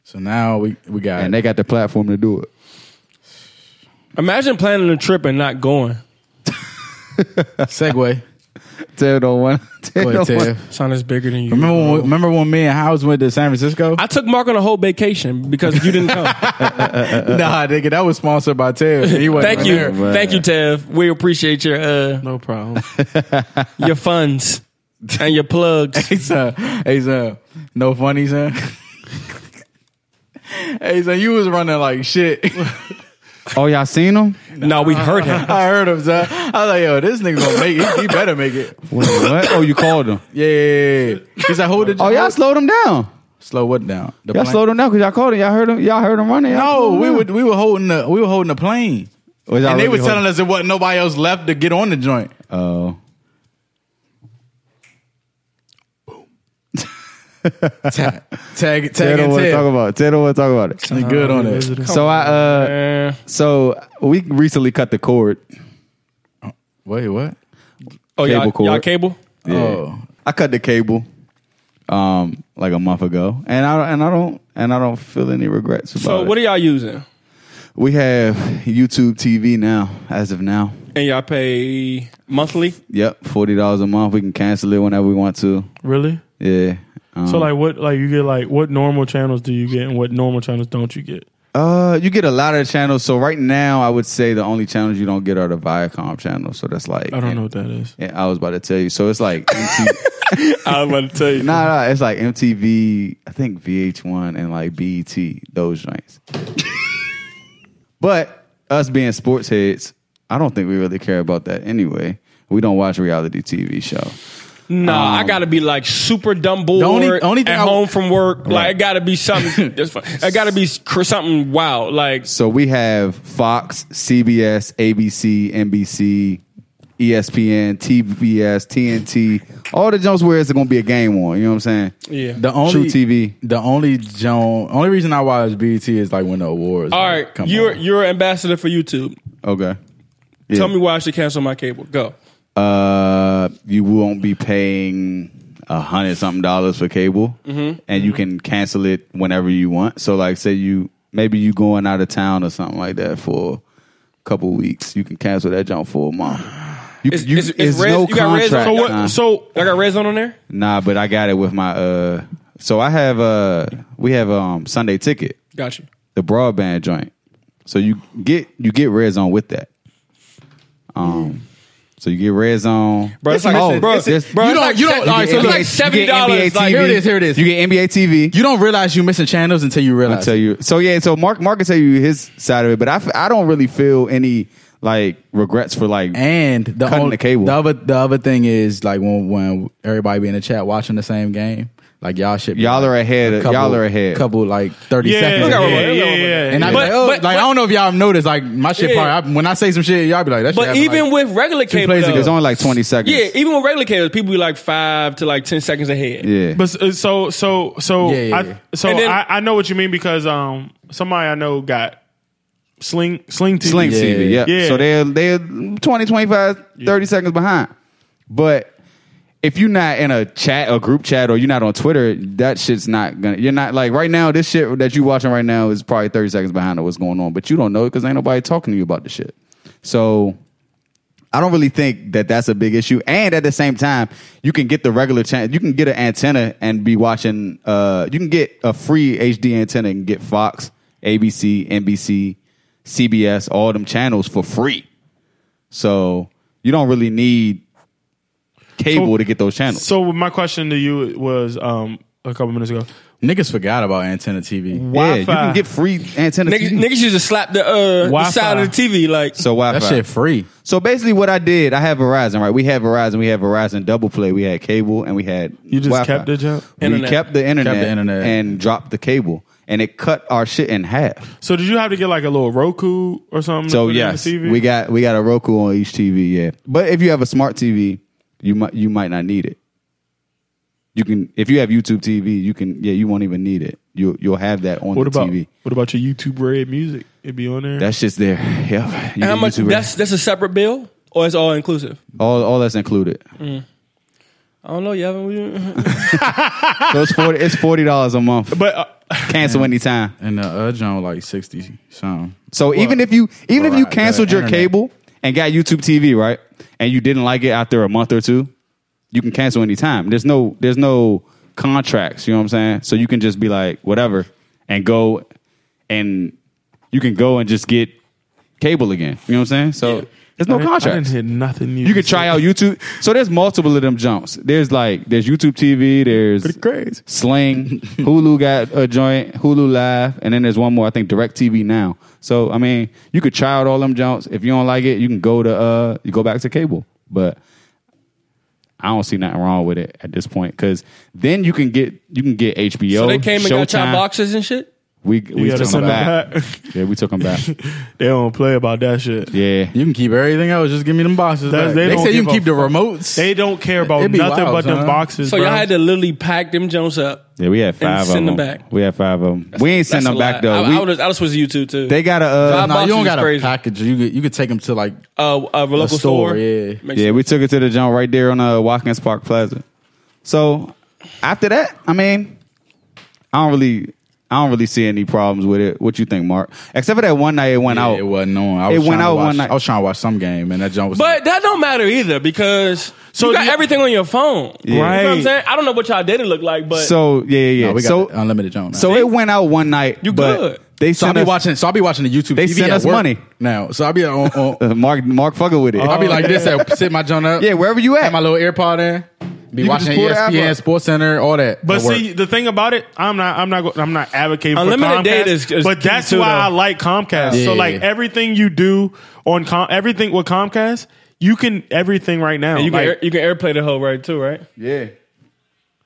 F: So now we we got
E: and they got the platform to do it."
C: Imagine planning a trip and not going.
F: segue.
E: Tell no one. Tell
F: Go
E: no
F: ahead,
E: one.
F: Tev.
C: Son is bigger than you.
F: Remember when, remember when me and Howes went to San Francisco?
C: I took Mark on a whole vacation because you didn't come.
F: nah, nigga, that was sponsored by Ted. He wasn't
C: Thank you,
F: there.
C: thank you, Tev. We appreciate your uh,
B: No problem.
C: your funds and your plugs.
F: Hey son, hey son, no funny son. hey son, you was running like shit.
E: Oh, y'all seen them?
C: no, we heard him.
F: I heard him, son. I was like, yo, this nigga gonna make it. He better make it.
E: Wait, what? Oh, you called them?
F: Yeah, yeah, yeah. He's like, hold it.
E: Oh, y'all slowed them down.
F: slow what down? The
E: Y'all
F: plane?
E: slowed them down because y'all called them. Y'all heard them. Y'all heard them running. Y'all
F: No,
E: slowed
F: we
E: 'em
F: were
E: down.
F: we were holding the we were holding the plane,
E: Was y'all
F: and they
E: really
F: was telling
E: holding-
F: us it wasn't nobody else left to get on the joint.
E: "Oh,
F: Tag, tag, tag,
E: Ted don't
F: and
E: want to
F: Ted.
E: talk about it. Ted don't want to talk about it."
F: He good on it.
E: So I uh
C: Eh,
E: so we recently cut the cord.
F: Wait, what?
C: oh, y'all,
E: Cable cord.
C: y'all cable.
F: Oh,
E: I cut the cable um like a month ago. And I and I don't and I don't feel any regrets about
C: So
E: it.
C: what are y'all using?
E: we have YouTube TV now as of now.
C: And y'all pay monthly.
E: Yep, $40 a month. We can cancel it whenever we want to.
B: Really?
E: Yeah. Um,
B: So like what like you get like what normal channels do you get and what normal channels don't you get?
E: uh you get a lot of channels. So right now I would say the only channels you don't get are the Viacom channels. So that's like
B: I don't know what that is.
E: Yeah, I was about to tell you. So it's like E MTV
C: I was about to tell you.
E: Nah, nah, it's like MTV, I think VH1 and like BET, those joints. but us being sports heads, I don't think we really care about that anyway. We don't watch reality TV show.
C: Nah, I gotta be like super dumb bored
F: Um, only- only thing
C: at
F: I-
C: home from work. Like it gotta be something. that's fine. It gotta be cr- something wild. Like
E: So we have Fox, CBS, ABC, NBC, E ESPN, TBS, TNT, all the joints where it's going to be a game on. You know what I'm saying?
C: yeah.
F: the only
E: True TV.
F: The only Joan, only reason I watch BET is like when the awards.
C: All
F: like,
C: right,
F: come
C: you're
F: on.
C: you're ambassador for YouTube.
E: Okay.
C: Tell
E: Yeah.
C: me why I should cancel my cable. Go.
E: uh, you won't be paying a hundred something dollars for cable,
C: Mm-hmm.
E: and you can cancel it whenever you want. So, like, say you maybe you going out of town or something like that for a couple weeks, you can cancel that junk for a month. You,
C: It's-
E: you,
C: it's-
E: it's,
C: it's res-
E: no
C: you got res-
E: contract.
C: so what-
E: nah.
B: So
C: I got Red Zone on there.
E: Nah, but I got it with my uh. So I have uh, we have um Sunday ticket,
C: Got you.
E: the broadband joint. So you get you get red zone with that. Um, so you get red zone.
C: Bro, it's like-
E: oh,
C: bro,
E: there's-
C: bro, it's like seven-
E: get
C: all right, so it's
E: NBA
C: like $70,
E: You get NBA
C: like-
E: TV.
F: Here it is, here it is.
E: You get NBA TV.
F: You don't realize you're missing channels until you
E: I
F: realize.
E: tell you. So yeah, so Mark Mark can tell you his side of it, but I, f- I don't really feel any like regrets for like
F: And the
E: Cutting
F: only,
E: the cable.
F: The other the other thing is like when when everybody be in the chat watching the same game, like y'all should be
E: Y'all
F: like,
E: are ahead of- y'all are ahead.
F: Couple like thirty
B: yeah,
F: seconds.
B: yeah,
F: ahead.
B: yeah, yeah, yeah.
F: And I be
C: But-
F: like, oh,
C: but-
F: like I don't know if y'all have noticed, like my shit
C: Yeah.
F: probably I, when I say some shit, y'all be like, that shit
C: But
F: happened,
C: even
F: like,
C: with regular cable,
F: plays
C: though,
F: ago.
E: It's only like twenty seconds.
C: yeah, even with regular cable, people be like five to like ten seconds ahead.
E: yeah.
B: But s- so so so
F: Yeah, yeah, yeah.
B: I, so
C: And then-
B: I, I know what you mean because um somebody I know got sling sling TV.
E: Sling TV. Yeah.
B: Yeah.
E: So they're they're 20, 25, 30 seconds behind. But if you're not in a chat, a group chat, or you're not on Twitter, that shit's not gonna. You're not like right now. This shit that you watching right now is probably thirty seconds behind of what's going on, but you don't know because ain't nobody talking to you about the shit. So I don't really think that that's a big issue. And at the same time, you can get the regular channel. You can get an antenna and be watching. Uh, you can get a free HD antenna and get Fox, ABC, NBC, CBS, all them channels for free. So you don't really need cable
B: So-
E: to get those channels.
B: So my question to you was um a couple minutes ago.
F: niggas forgot about antenna TV.
E: yeah, you
B: Wi-Fi.
E: can get free antenna.
C: Niggas,
E: TV.
C: niggas used to slap the, uh, the
B: Wi-Fi.
C: side of the TV like
E: So Wi-Fi.
F: That shit free.
E: So basically, what I did, I have Verizon, right? We had Verizon, we had Verizon Double Play, we had cable, and we had
B: You just
E: Wi-Fi.
B: kept the jump?
E: We
C: Internet.
E: kept the internet,
F: Kept the internet.
E: and dropped the cable, and it cut our shit in half.
B: So did you have to get like a little Roku or something? to
E: So
B: put in
E: yes,
B: the TV?
E: we got we got a Roku on each TV. Yeah, but if you have a smart TV, you might you might not need it. You can if you have YouTube TV, you can yeah, you won't even need it. You will you'll have that on
B: What
E: the
B: about
E: TV.
B: what about your YouTube Red music? It'd be on there.
E: That's just there. Yeah.
C: And how much? That's that's a separate bill, or it's all inclusive?
E: all all that's included.
C: I don't know. You haven't.
E: So it's forty it's forty dollars a month.
B: but uh,
E: Cancel anytime.
F: And the uh, John was like sixty something.
E: So even if you even if you
F: Right, the
E: canceled your
F: internet.
E: cable and got YouTube TV, right? And you didn't like it after a month or two, you can cancel anytime. There's no there's no contracts, you know what I'm saying? So you can just be like whatever and go and you can go and just get cable again. You know what I'm saying? So there's no
B: I didn't- I didn't
E: contracts.
B: hear nothing.
E: You can try out YouTube. So there's multiple of them jumps. There's like there's YouTube TV, there's
B: crazy.
E: Sling, Hulu got a joint, Hulu Live, and then there's one more. I think Direct TV now. So I mean, you could try out all them jumps. If you don't like it, you can go to uh, you go back to cable. But I don't see nothing wrong with it at this point because then you can get you can get HBO.
C: so they came and got y'all
E: Showtime.
C: boxes and shit.
E: We we
B: gotta
E: took them
B: send
E: back.
B: them back.
E: Yeah, we took them back.
B: They don't play about that shit.
E: Yeah.
F: You can keep everything else. Just give me them boxes.
B: That's-
F: back.
B: they
F: They,
B: don't
F: say you
B: give
F: can
B: a
F: keep the remotes.
B: They don't care about
F: It'd be
B: nothing
F: wild,
B: but them
F: son.
B: boxes.
C: So
B: bro.
C: y'all had to literally pack them Jones up.
E: Yeah, we had five of
C: send
E: them.
C: them back.
E: We had five of them. we ain't send
C: That's
E: them
C: a
E: back
C: lot.
E: though.
C: I,
E: we,
C: I would have switched you two too.
E: They got a uh,
F: Nah, you
C: boxes
F: don't
C: is
F: got a
C: crazy.
F: package. You could, you could take them to like
C: uh, a local
F: store,
C: store.
F: yeah.
C: Makes
E: yeah. We took it to the joint right there on uh, Watkins Park Plaza. So after that, I mean, I don't really, I don't really see any problems with it. What you think, Mark? Except for that one night it went
F: yeah,
E: out.
F: it wasn't on. I
E: It
F: was trying
E: went
F: to
E: out
F: watch-
E: one night.
F: I was trying to watch some game, and that jump was.
C: But that don't matter either because so you got
B: you-
C: everything on your phone. You know what
B: Right.
C: I'm saying? I don't know what y'all data look like, but
E: So yeah, yeah. yeah.
F: No, we got
E: so
F: the unlimited jump. now.
E: so it went out one night.
C: You
E: but
C: good.
E: They
F: So I'll
E: sent
F: be
E: us,
F: watching. So I'll be watching the YouTube.
E: They
F: TV
E: send
F: at
E: us
F: work
E: money.
F: now. So I'll be on. on
E: Uh, Mark, Mark, fucking with it.
F: I'll be like this. At, sit my joint up.
E: yeah, wherever you
F: Have
E: at.
F: my little AirPod in. Be
E: You can
F: watching E
E: just pull the app
F: ESPN,
E: up.
F: Sports Center, all that.
B: But
F: at work.
B: see, the thing about it, I'm not, I'm not, go- I'm not advocating for Comcast.
C: Unlimited data is- is
B: but
C: key
B: that's
C: too,
B: why
C: though.
B: I like Comcast.
F: Yeah.
B: So like everything you do on Com, everything with Comcast, you can everything right now.
C: And you can
B: Like,
C: air, you can airplay the whole right too, right?
E: yeah.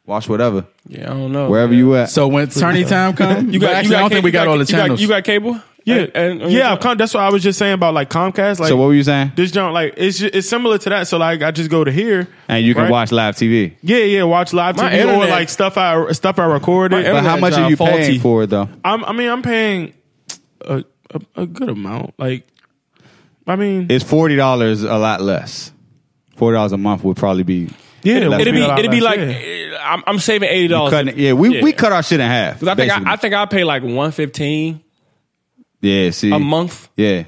E: Watch whatever,
C: Yeah, I don't know.
E: wherever you at.
F: so when tourney time comes,
C: you got,
F: actually,
C: you got
F: I don't think
C: cable-
F: we got, all the
C: you
F: channels.
C: You got, cable?
B: yeah,
C: And, and-
B: yeah. Com- that's what I was just saying about like Comcast. Like
E: so what were you saying?
B: this joint, like it's ju- it's similar to that. So like I just go to here
E: And you can
B: right?
E: watch live TV.
B: Yeah, yeah. Watch live
C: My
B: TV or
C: internet-
B: like stuff I stuff I recorded.
E: But how
C: Internet's,
E: much
C: uh,
E: are you
C: faulty.
E: paying for it though?
B: I'm, I mean, I'm paying a, a a good amount. Like, I mean,
E: It's forty dollars a lot less. Forty dollars a month would probably be
B: yeah,
C: it'd be
B: a lot
C: it'd be
B: less,
C: like
B: yeah.
C: eh, I'm, I'm saving eighty
B: Oh,
C: dollars.
E: cutting. Yeah, we we cut our shit in half.
C: I think I, I
E: basically.
C: think I pay like one fifteen
E: yeah, see
C: a month.
E: Yeah, yeah,
C: I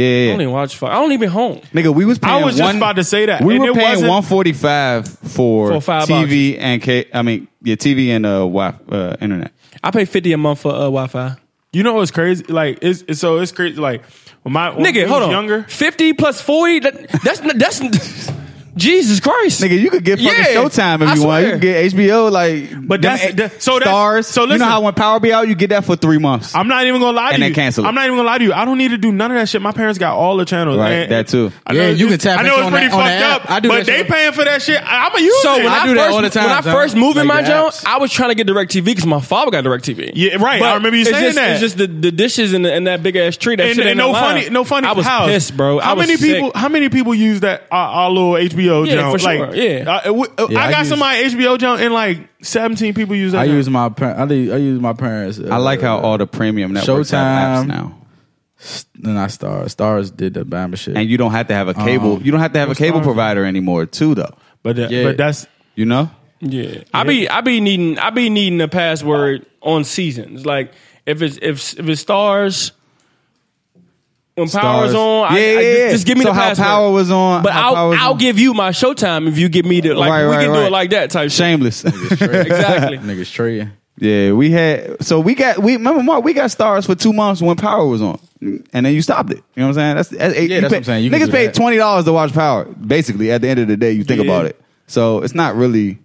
E: yeah.
C: don't even watch. Fuck. I don't even home.
E: Nigga, we was paying.
B: was just
E: one-
B: about to say that.
E: we
B: And
E: were
B: it
E: paying
B: wasn't-
E: one forty five for,
C: For five
E: TV and K. I mean, yeah, TV and uh, wi- uh internet.
C: I pay fifty a month for uh, Wi Fi.
B: You know what's crazy? Like it's, it's so it's crazy. Like when my when we
C: Nigga,
B: was
C: hold on.
B: younger.
C: fifty plus forty. That, that's that's Jesus Christ.
E: Nigga, you could get fucking
C: Yeah,
E: Showtime if
C: I
E: you want. You
C: swear.
E: could get HBO, like,
B: But
E: them
B: that's-
E: a-
B: that- so that's-
E: stars.
B: so
E: you know
B: listen.
E: how when Power be out, you get that for three months.
B: I'm not even gonna lie to
E: And
B: you.
E: then cancel it.
B: I'm not even gonna lie to you. I don't need to do none of that shit. My parents got all the channels.
E: Right,
B: and-
E: that too.
B: I know
F: Yeah,
B: it's-
F: you can tap
B: I know
F: into
B: it's
F: on
B: pretty
F: that- on
B: fucked
F: the app.
B: up.
F: I do
B: but
F: that
B: they
F: shit.
B: paying for that shit. I, I'm a user.
C: So when
F: I
C: I,
F: do that
C: first,
F: all the time,
C: when I
F: son.
C: first moved in
F: Like
C: my
F: the
C: joint,
F: apps.
C: I was trying to get DirecTV because my father got DirecTV.
B: Yeah, right. I remember you
C: it's
B: saying
C: just,
B: that.
C: It's just the, the dishes and, the, and that big ass tree. That
B: and,
C: shit
B: and
C: ain't
B: no
C: allowed.
B: funny, no funny.
C: I was
B: house.
C: pissed, bro. I
B: How
C: was
B: many
C: sick.
B: people? How many people use that our, our little HBO?
C: Yeah,
B: joint?
C: for sure.
B: Like,
C: Yeah.
B: I, w- uh, I
F: Yeah, I
B: got
F: use-
B: some of my HBO jump, and like seventeen people use that.
F: I
B: joint.
F: use my par- I, do, I use my parents. Uh,
E: I like how all the premium networks have apps
F: Showtime.
E: now.
F: then I stars stars did the Bama shit.
E: and you don't have to have a
C: Uh-huh.
E: cable.
F: Um,
E: you don't have to have a cable
B: Starz?
E: provider anymore, too, though.
B: but that,
F: Yeah.
B: but that's
E: You know,
C: Yeah, I be I be needing I be needing a password on seasons. Like if it's if if it's stars. When power's
E: Stars.
C: on,
E: Yeah,
C: I, I,
E: yeah,
C: just,
E: yeah.
C: just give me
E: So
C: the
E: how
C: password.
E: Power was on-
C: but
E: how Power
C: I'll
E: was
C: I'll
E: on.
C: give you my Showtime if you give me the like
E: Right,
C: we
E: right,
C: can do
E: right.
C: it like that type shit.
E: shameless.
C: exactly.
F: niggas trading.
E: yeah, we had. So we got. We remember Mark. We got stars for two months when Power was on, and then you stopped it. You know what I'm saying? That's, that's yeah.
F: that's what I'm saying. You can
E: niggas
F: do
E: paid
F: that.
E: twenty dollars to watch Power. Basically, at the end of the day, you think
C: Yeah.
E: about it. So it's not really.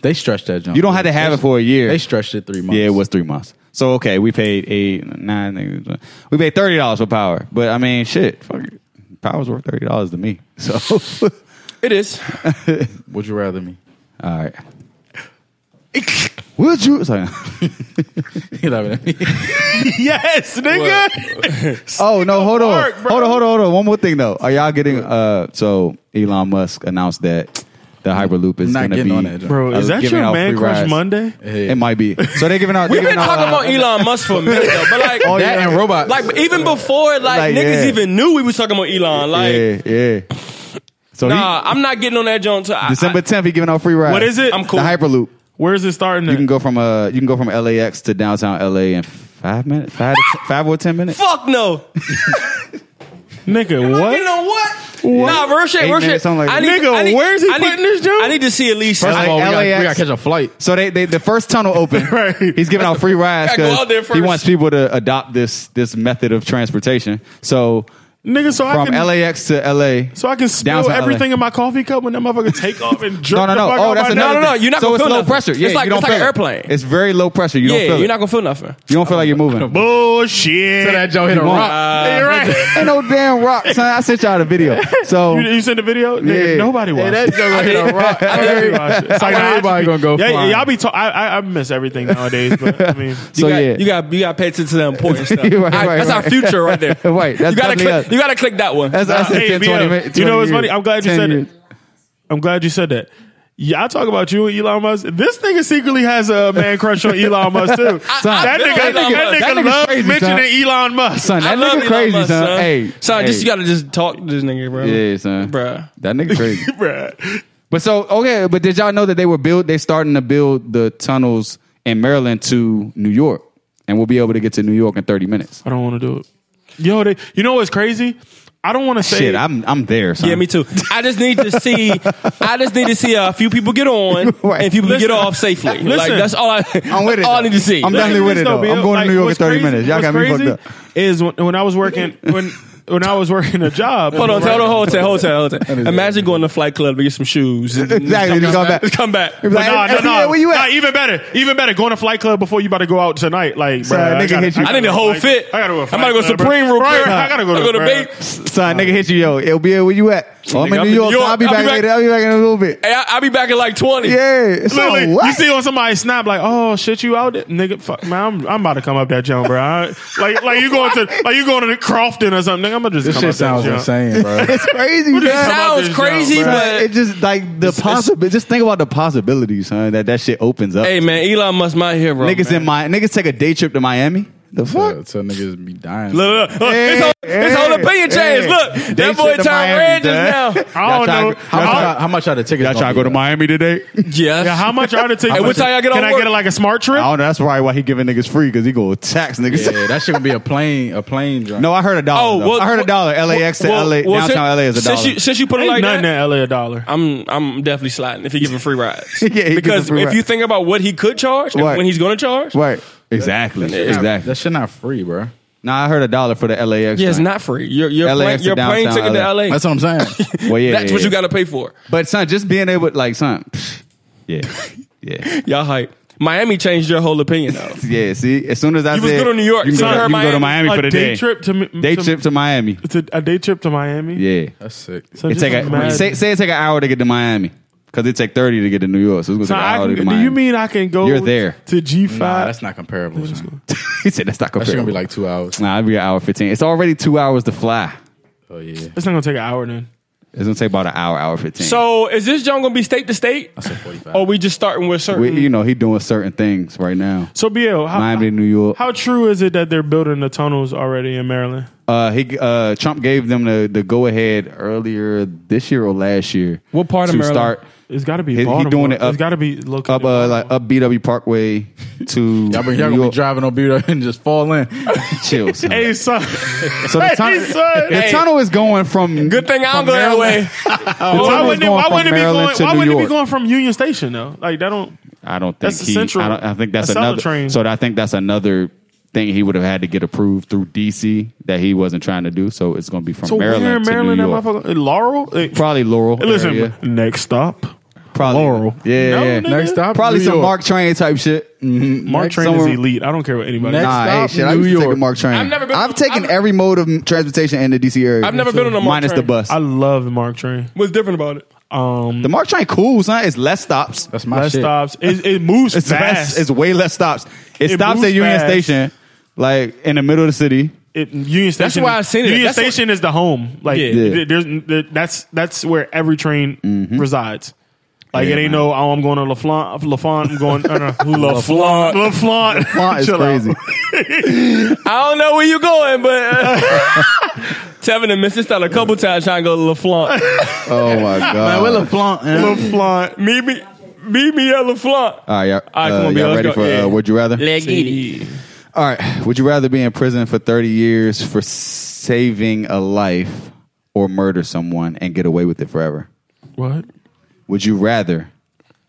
F: They stretched that jump.
E: You don't have to have it for a year.
F: They stretched it three months.
E: Yeah, it was three months. So okay, we paid eight, nine. niggas. We paid thirty dollars for Power, but I mean, shit, fuck it. Power's worth thirty dollars to me. So,
C: It is.
F: Would you rather me?
E: all right. Would you? Sorry.
F: You know what I mean?
B: yes, nigga.
E: Oh no! Hold on,
B: Mark, bro.
E: hold on, hold on, hold on. One more thing though. Are y'all getting? uh So Elon Musk announced that the Hyperloop is
F: Not
E: going to
F: getting
E: be.
F: on that, John.
B: Bro,
E: uh,
B: is that
E: giving
B: your
E: out
B: man
E: free
B: crush
E: rides.
B: Monday?
E: It might be. So they're giving out.
C: We've
E: they're
C: been
E: giving
C: talking
E: out, uh,
C: about Elon Musk for a minute though, but like,
E: that and robots.
C: like even before like,
E: Like,
C: niggas
E: yeah.
C: even knew we was talking about Elon. Like,
E: yeah, yeah. So
C: nah, I'm not getting on that joint. Till I-
E: he, December 10th, he giving out free rides.
B: What is it?
C: I'm
E: The
C: cool.
E: Hyperloop.
B: Where is it starting?
E: You can go from uh, you can go from LAX to downtown LA in five minutes, five, to t- five or ten minutes.
C: I- fuck no.
B: nigga. What?
C: Getting on what? Nah, real shit,
E: Eight
C: real shit.
E: minutes, something like
C: I
E: that.
C: need,
B: Nigga,
C: I need,
B: where's he
C: I need,
B: putting this joint?
C: I need to see at least.
E: First of
C: I-
E: all,
F: Oh, we, gotta, we
E: LAX.
F: gotta catch a flight.
E: So they, they the first tunnel opened.
B: Right.
E: He's giving out free rides
C: Gotta go out there
E: because he
C: first.
E: wants people to adopt this this method of transportation. So
B: Nigga, so I
E: from
B: can
E: LAX to LA.
B: so I can spill
E: Downtown LA.
B: everything in my coffee cup when that motherfucker take off and drip
E: no,
B: the
E: no, no.
B: fuck
E: Oh,
B: out
E: that's
B: my
E: another.
C: No, no,
E: thing.
C: you're not
E: So
C: gonna
E: it's
C: feel
E: low
C: nothing.
E: pressure. Yeah,
C: It's like-
E: you don't
C: it's like
E: feel
C: an
E: it.
C: airplane.
E: It's very low pressure. You don't
C: yeah,
E: feel it.
C: you're not gonna feel nothing.
E: You don't feel like you're moving.
B: Bullshit. Uh,
F: So that Joe hit a
E: He won't.
F: rock.
B: Yeah, you're right.
E: Ain't no damn rock, son. I sent y'all the video. So
B: You, you sent the video? Nigga,
E: Yeah.
B: Nobody watched.
F: that
B: it.
F: joke gonna hit a rock.
B: Nobody watched it. It's like, nah,
F: I know everybody
B: I just be-
F: gonna go
B: Yeah,
F: flying.
B: y'all be. talk- I, I I miss everything nowadays. But I mean,
E: so
C: you got,
E: yeah.
C: you got you got to pay attention to the important stuff.
E: Right,
C: All
E: right,
C: that's
E: right.
C: our future right there.
E: Right, that's
C: you gotta
E: definitely
C: click.
E: us.
C: You gotta click that one.
E: that's, that's
B: Nah,
E: it, 10,
B: hey,
E: 20
B: BL,
E: minutes.
B: you know what's funny?
E: 20
B: I'm glad you
E: 10
B: said
E: years.
B: it. I'm glad you said that. Yeah, I talk about you and Elon Musk. This nigga secretly has a man crush on Elon Musk too. that,
C: feel
B: nigga,
C: Elon Musk.
B: that nigga,
E: That nigga's
B: loves
E: crazy,
B: mentioning Elon Musk.
E: Son,
C: I
E: that
C: love
E: nigga
C: Elon
E: crazy,
C: Musk,
E: son.
C: son.
E: Hey.
C: son,
E: hey.
C: just you gotta just talk to this nigga, bro.
E: Yeah, son.
C: Bruh.
E: That nigga crazy.
B: Bruh.
E: But so okay, but did y'all know that they were build they starting to build the tunnels in Maryland to New York, and we'll be able to get to New York in thirty minutes.
B: I don't want to do it. Yo, they, you know what's crazy? I don't want to say
E: Shit, I'm I'm there. Son.
C: Yeah, me too. I just need to see. I just need to see a few people get on
E: Right.
C: and people
B: Listen.
C: get off safely. like
B: Listen.
C: that's all I.
E: I'm with it.
C: All I
E: though.
C: need to see.
E: I'm
B: Listen
E: definitely
B: to
E: with
B: this,
E: it.
B: though,
E: Though. I'm
B: Bill.
E: going
B: Like,
E: to New York in
B: what's
E: 30
B: crazy-
E: minutes. Y'all
B: what's
E: got me fucked
B: crazy
E: up.
B: Is when, when I was working when when I was working a job.
C: Hold on,
B: right?
C: tell the hotel, hotel, hotel. Imagine going to Flight Club to get some shoes. and-
E: Exactly, just come back.
C: Come back.
E: Be like,
B: Nah,
E: hey,
B: no,
E: hey, yeah,
B: no,
E: where you
B: Nah,
E: at?
B: even better, even better. Going to Flight Club before you about to go out tonight. Like,
E: Son,
B: bruh,
E: nigga
B: gotta-
E: hit you.
C: I need the
B: gotta
C: whole
B: Flight-
C: fit.
B: I gotta go. to
C: I'm about to go
B: Flight Club,
C: Supreme
B: bruh.
C: real
B: Right,
C: quick.
B: I gotta go
C: I
B: to,
C: go to
B: bruh.
C: bait.
E: Son, nigga hit you, yo. It'll be where you at? Oh, I'm
B: Nigga,
E: in
B: I'm
E: New
B: in
E: York.
C: New
E: I'll be
C: York.
E: back later. I'll be back in a little bit.
C: Hey, I, I'll be back in like 20.
E: Yeah. So
B: Literally, you
E: what?
B: see on somebody snap like, "Oh shit, you out there, nigga? Fuck, man, I'm, I'm about to come up that jump, bro. I, like, like you going to like you going to the Crofton or something? Nigga, I'm gonna just
F: This
B: come
F: shit
B: up that
F: sounds
B: jump.
F: insane, bro.
E: It's crazy.
B: What is
E: man.
B: that?
C: Sounds crazy,
B: Bruh,
C: but
E: It just like the possible. Just think about the possibilities, son. That that shit opens up.
C: hey man, Elon Musk my hero.
E: niggas
C: man.
E: in my niggas take a day trip to Miami. The fuck?
F: So, so niggas be dying.
C: Look, look, look. his, whole, his whole opinion changed. Look, that boy turned red just now.
B: I don't know.
E: Y'all try-
F: How much,
B: How-
F: are- how much are the tickets?
E: Y'all trying to go to Miami today?
C: Yes.
B: yeah, how much are the tickets?
C: Hey, what time y'all get
B: Can
C: off
B: I get
C: work?
B: like a smart trip?
E: I don't know. That's probably why he giving niggas free because he go tax niggas.
F: Yeah, that shit gonna be a plane, a plane drop.
E: No, I heard a dollar. though. I heard a dollar. LAX
C: Oh, well,
E: to LA,
C: well,
E: downtown
C: since-
E: LA is a dollar.
C: Since you, since you put it
B: Ain't
C: like
B: nothing
C: that,
B: in LA a dollar.
C: I'm I'm definitely sliding if he giving free rides.
E: Yeah, he giving
C: because
E: free
C: if
E: rides.
C: you think about what he could charge and
E: Right.
C: when he's going to charge,
E: right? Exactly. exactly.
F: That shit not free, bro.
E: Nah, I heard a dollar for the LAX.
C: yeah, it's
E: joint.
C: not free. Your your plane,
E: LAX to
C: your plane
E: downtown
C: ticket to
E: LA.
C: LA.
F: That's
C: That's,
F: what I'm saying.
E: Well, yeah, yeah,
C: what
E: yeah.
C: you got to pay for.
E: But son, just being able, like, son, psh, yeah, yeah,
C: Y'all hype. Miami changed your whole opinion though.
E: yeah. See, as soon as I
C: You
E: said
C: was good on New York.
E: you can,
C: Son,
E: go, to-
C: I heard
E: you can go to
C: Miami.
E: Miami
B: a
E: for the
B: day,
E: day,
B: trip to Mi-
E: day
B: to,
E: trip to Miami.
B: to a day trip to Miami.
E: Yeah,
F: That's sick.
B: So
E: it
B: just
E: take a,
B: imagine-
E: say say it take an hour to get to Miami because it take thirty to get to New York. So it's gonna
B: So
E: take
B: I
E: an hour
B: can-
E: to get to
B: do
E: Miami.
B: you mean I can go?
E: You're there.
B: to G five.
F: Nah, that's not comparable. Son. That
E: he said that's not
F: shit
E: comparable.
F: gonna be like two hours.
E: nah, it'll be an hour fifteen. It's already two hours to fly.
F: Oh yeah,
B: it's not gonna take an hour then.
E: It's gonna take about an hour, hour fifteen.
C: So is this John gonna be state to state,
F: that's a forty-five.
C: or we just starting with certain?
E: we, you know, he doing certain things right now.
B: So BL, how,
E: Miami, New York.
B: how true is it that they're building the tunnels already in Maryland?
E: Uh, he uh, Trump gave them the, the go ahead earlier this year or last year.
C: What part of
E: to
C: Maryland?
E: start
B: It's got to be
E: He- he
B: Baltimore.
E: doing it up-
B: it's got to be located
E: up
B: in
E: uh,
B: Baltimore.
E: like up BW Parkway to
F: Y'all, be,
E: New
F: y'all gonna be
E: York.
F: driving on beat and just fall in.
E: Chill, son.
B: Hey son,
E: so the, tunnel,
B: hey son.
E: the
C: Hey.
E: tunnel is going from
C: Good thing I don't go that way.
B: Oh, Why
E: tunnel is
B: wouldn't it,
E: going
B: why
E: from
B: wouldn't it be
E: Maryland
B: going?
E: to
B: Why
E: New
B: wouldn't it be
E: York.
B: going from Union Station though? Like that don't.
E: I don't think
B: That's the
E: he.
B: central-
E: I, don't, I think that's
B: that's Southern
E: another.
B: train.
E: So I think that's another thing he would have had to get approved through DC that he wasn't trying to do. So it's going to be from
B: So
E: Maryland
B: where in
E: to
B: Maryland,
E: New
B: that
E: York.
B: motherfucker, eh, Laurel. Hey,
E: Probably Laurel.
B: listen,
E: area.
B: next stop.
E: probably
B: Laurel.
E: Yeah,
B: No,
E: yeah.
B: nigga.
F: Next stop,
E: Probably
F: New
E: some
F: York.
E: Mark Train type shit. Mm-hmm.
B: Mark Train
E: somewhere-
B: is elite. I don't care what anybody.
F: Next-
E: Nah,
F: stop,
E: hey, shit. I
F: New
E: used to take
F: York.
E: a Mark Train.
C: I've never been
E: I've
C: on-
E: taken
C: I've-
E: every mode of transportation in the DC area.
C: I've never been on a Mark
E: minus
C: train.
E: the bus.
B: I love Mark Train.
C: What's different about it?
B: Um,
E: the Mark Train cool, son. It's less stops.
F: That's my
B: less
F: shit.
B: stops. It, it moves
E: It's
B: fast.
E: less. It's way less stops. It,
B: It
E: stops
B: moves
E: at Union
B: fast.
E: Station, like in the middle of the city.
B: it, Union Station.
C: That's why I seen it.
B: Union
C: That's
B: Station is the home. Like
C: Yeah.
B: th- there's th- that's that's where every train resides. Like
E: Yeah,
B: it ain't no. Oh, I'm going to Lafont. Lafont. I'm going. Uh, no, Lafont. Lafont.
E: Font is
B: Chill out.
E: crazy.
C: I don't know where you're going, but uh, Tevin and Mrs. Stella a couple times trying to go to LaFlante.
E: Oh my god.
B: Lafont.
C: meet me, meet me at LaFlante.
E: All right, y'all,
C: right, come
E: uh,
C: on, B,
E: y'all
C: let's
E: ready
C: go.
E: for
C: Yeah.
E: uh, Would You Rather?
C: Leggedy.
E: All right. Would you rather be in prison for 30 years for saving a life or murder someone and get away with it forever?
B: What?
E: Would you rather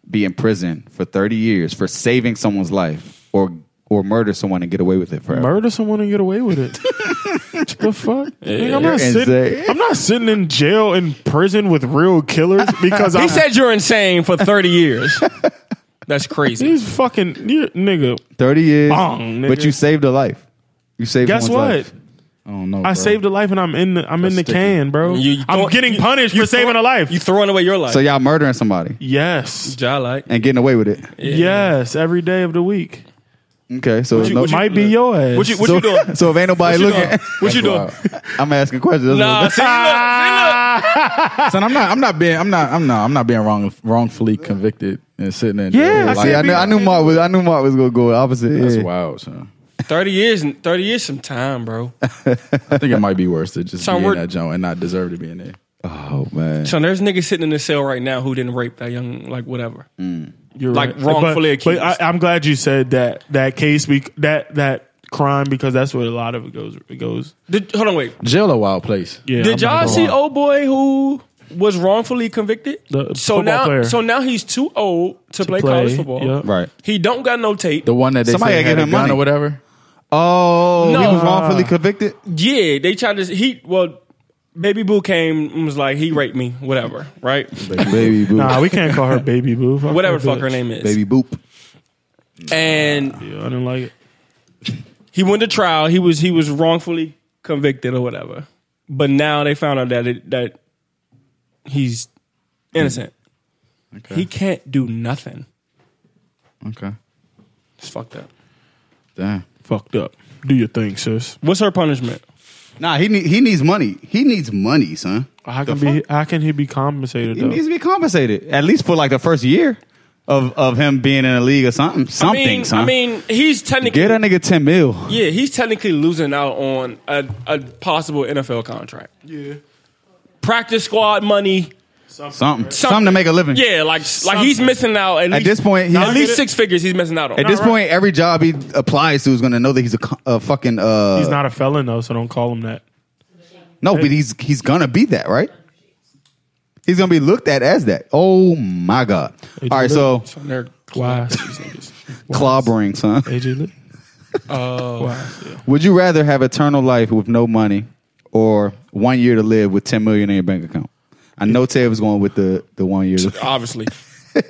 E: be in prison for 30 years for saving someone's life or or murder someone and get away with it forever?
B: Murder someone and get away with it. the fuck? Nigga, I'm, not
E: You're
B: sitting,
E: insane.
B: I'm not sitting in jail in prison with real killers because
C: He
B: I
C: said you're insane for 30 years. That's crazy.
B: he's fucking you, nigga.
E: 30 years.
B: Bong, nigga.
E: but you saved a life. You saved
B: Guess
E: someone's
B: what?
E: life. I don't know.
B: I
E: bro.
B: saved a life and I'm in the I'm in the
E: sticky.
B: can, bro.
C: You- you
B: I'm
C: throw-
B: getting
C: you-
B: punished
C: you
B: for saving
C: throw-
B: a life.
C: You throwing away your life.
E: So y'all murdering somebody
B: yes.
C: Which I like.
E: and getting away with it.
B: Yes, every day of the week.
E: Okay, so no,
B: It might be your ass.
C: What you what
E: so,
C: you doing?
E: so if ain't nobody
C: What you
E: looking,
C: doing? What you doing?
E: I'm asking questions.
C: Nah, see, look,
F: Son, I'm not. I'm not being. I'm not. I'm not. I'm not being wrong. Wrongfully convicted and sitting in.
B: Yeah,
F: jail.
B: I
E: See, I knew, I knew Mark was. I knew Mark was gonna go opposite.
F: That's
E: yeah.
F: wild, son.
C: see, look. 30 years, 30 years some time, bro.
F: I think it might be worse to just
C: Son,
F: be in
C: we're-
F: that joint and not deserve to be in there.
E: Oh man,
C: So there's niggas sitting in the cell right now who didn't rape that young, like whatever.
B: Mm. You're
C: like,
B: right.
C: wrongfully
B: But- but,
C: accused.
B: I, I'm glad you said that that case be, that that crime because that's where a lot of it goes. It goes.
C: Did, hold on, wait.
F: Jail a wild place.
B: Yeah.
C: Did
B: I'm not
C: y'all
B: gonna
C: see
B: lie.
C: old boy who was wrongfully convicted?
B: The
C: so
B: football
C: now,
B: player.
C: so now he's too old to, play,
B: play,
C: college football.
B: yep.
E: right.
C: He don't got no tape.
F: The one that they
E: Somebody
F: say
E: gotta
F: had
E: give
F: a
E: him
F: gun
E: money.
F: or whatever.
E: Oh, he
C: No.
E: was wrongfully convicted.
C: yeah, they tried to. He well, baby boo came and was like, he raped me, whatever, right?
E: Baby boop,
B: Nah, we can't call her baby boo. Fuck
C: whatever
B: that
C: the fuck
B: bitch.
C: her name is.
E: baby boop.
C: And
B: Yeah, I didn't like it.
C: he went to trial. He was he was wrongfully convicted or whatever. But now they found out that it, that he's innocent. He can't do nothing.
F: Okay,
C: It's fucked up.
F: damn.
B: Fucked up. Do your thing, sis.
C: What's her punishment?
E: Nah, he need, he needs money. He needs money, son.
B: How can be? How can he be compensated
E: He
B: though?
E: needs to be compensated at least for like the first year of of him being in the league or something. Something,
C: I mean,
E: son.
C: I mean, he's technically
E: get a nigga ten mil.
C: yeah, he's technically losing out on a, a possible NFL contract. Yeah, practice squad money.
E: Something, something to make a living.
C: Yeah, like like he's missing out at,
E: At
C: least,
E: this point, he's-
C: at least six figures he's missing out on.
E: At this point, every job he applies to is going to know that he's a, co- a fucking. Uh,
B: He's not a felon though, so don't call him that.
E: No, but he's he's gonna be that, right? He's gonna be looked at as that. Oh my god! All right, so
C: They're
B: Why?
E: clobbering, son.
B: AJ Lee. Oh.
E: Would you rather have eternal life with no money, or one year to live with ten million in your bank account? I know Ted was going with the the one year.
C: obviously.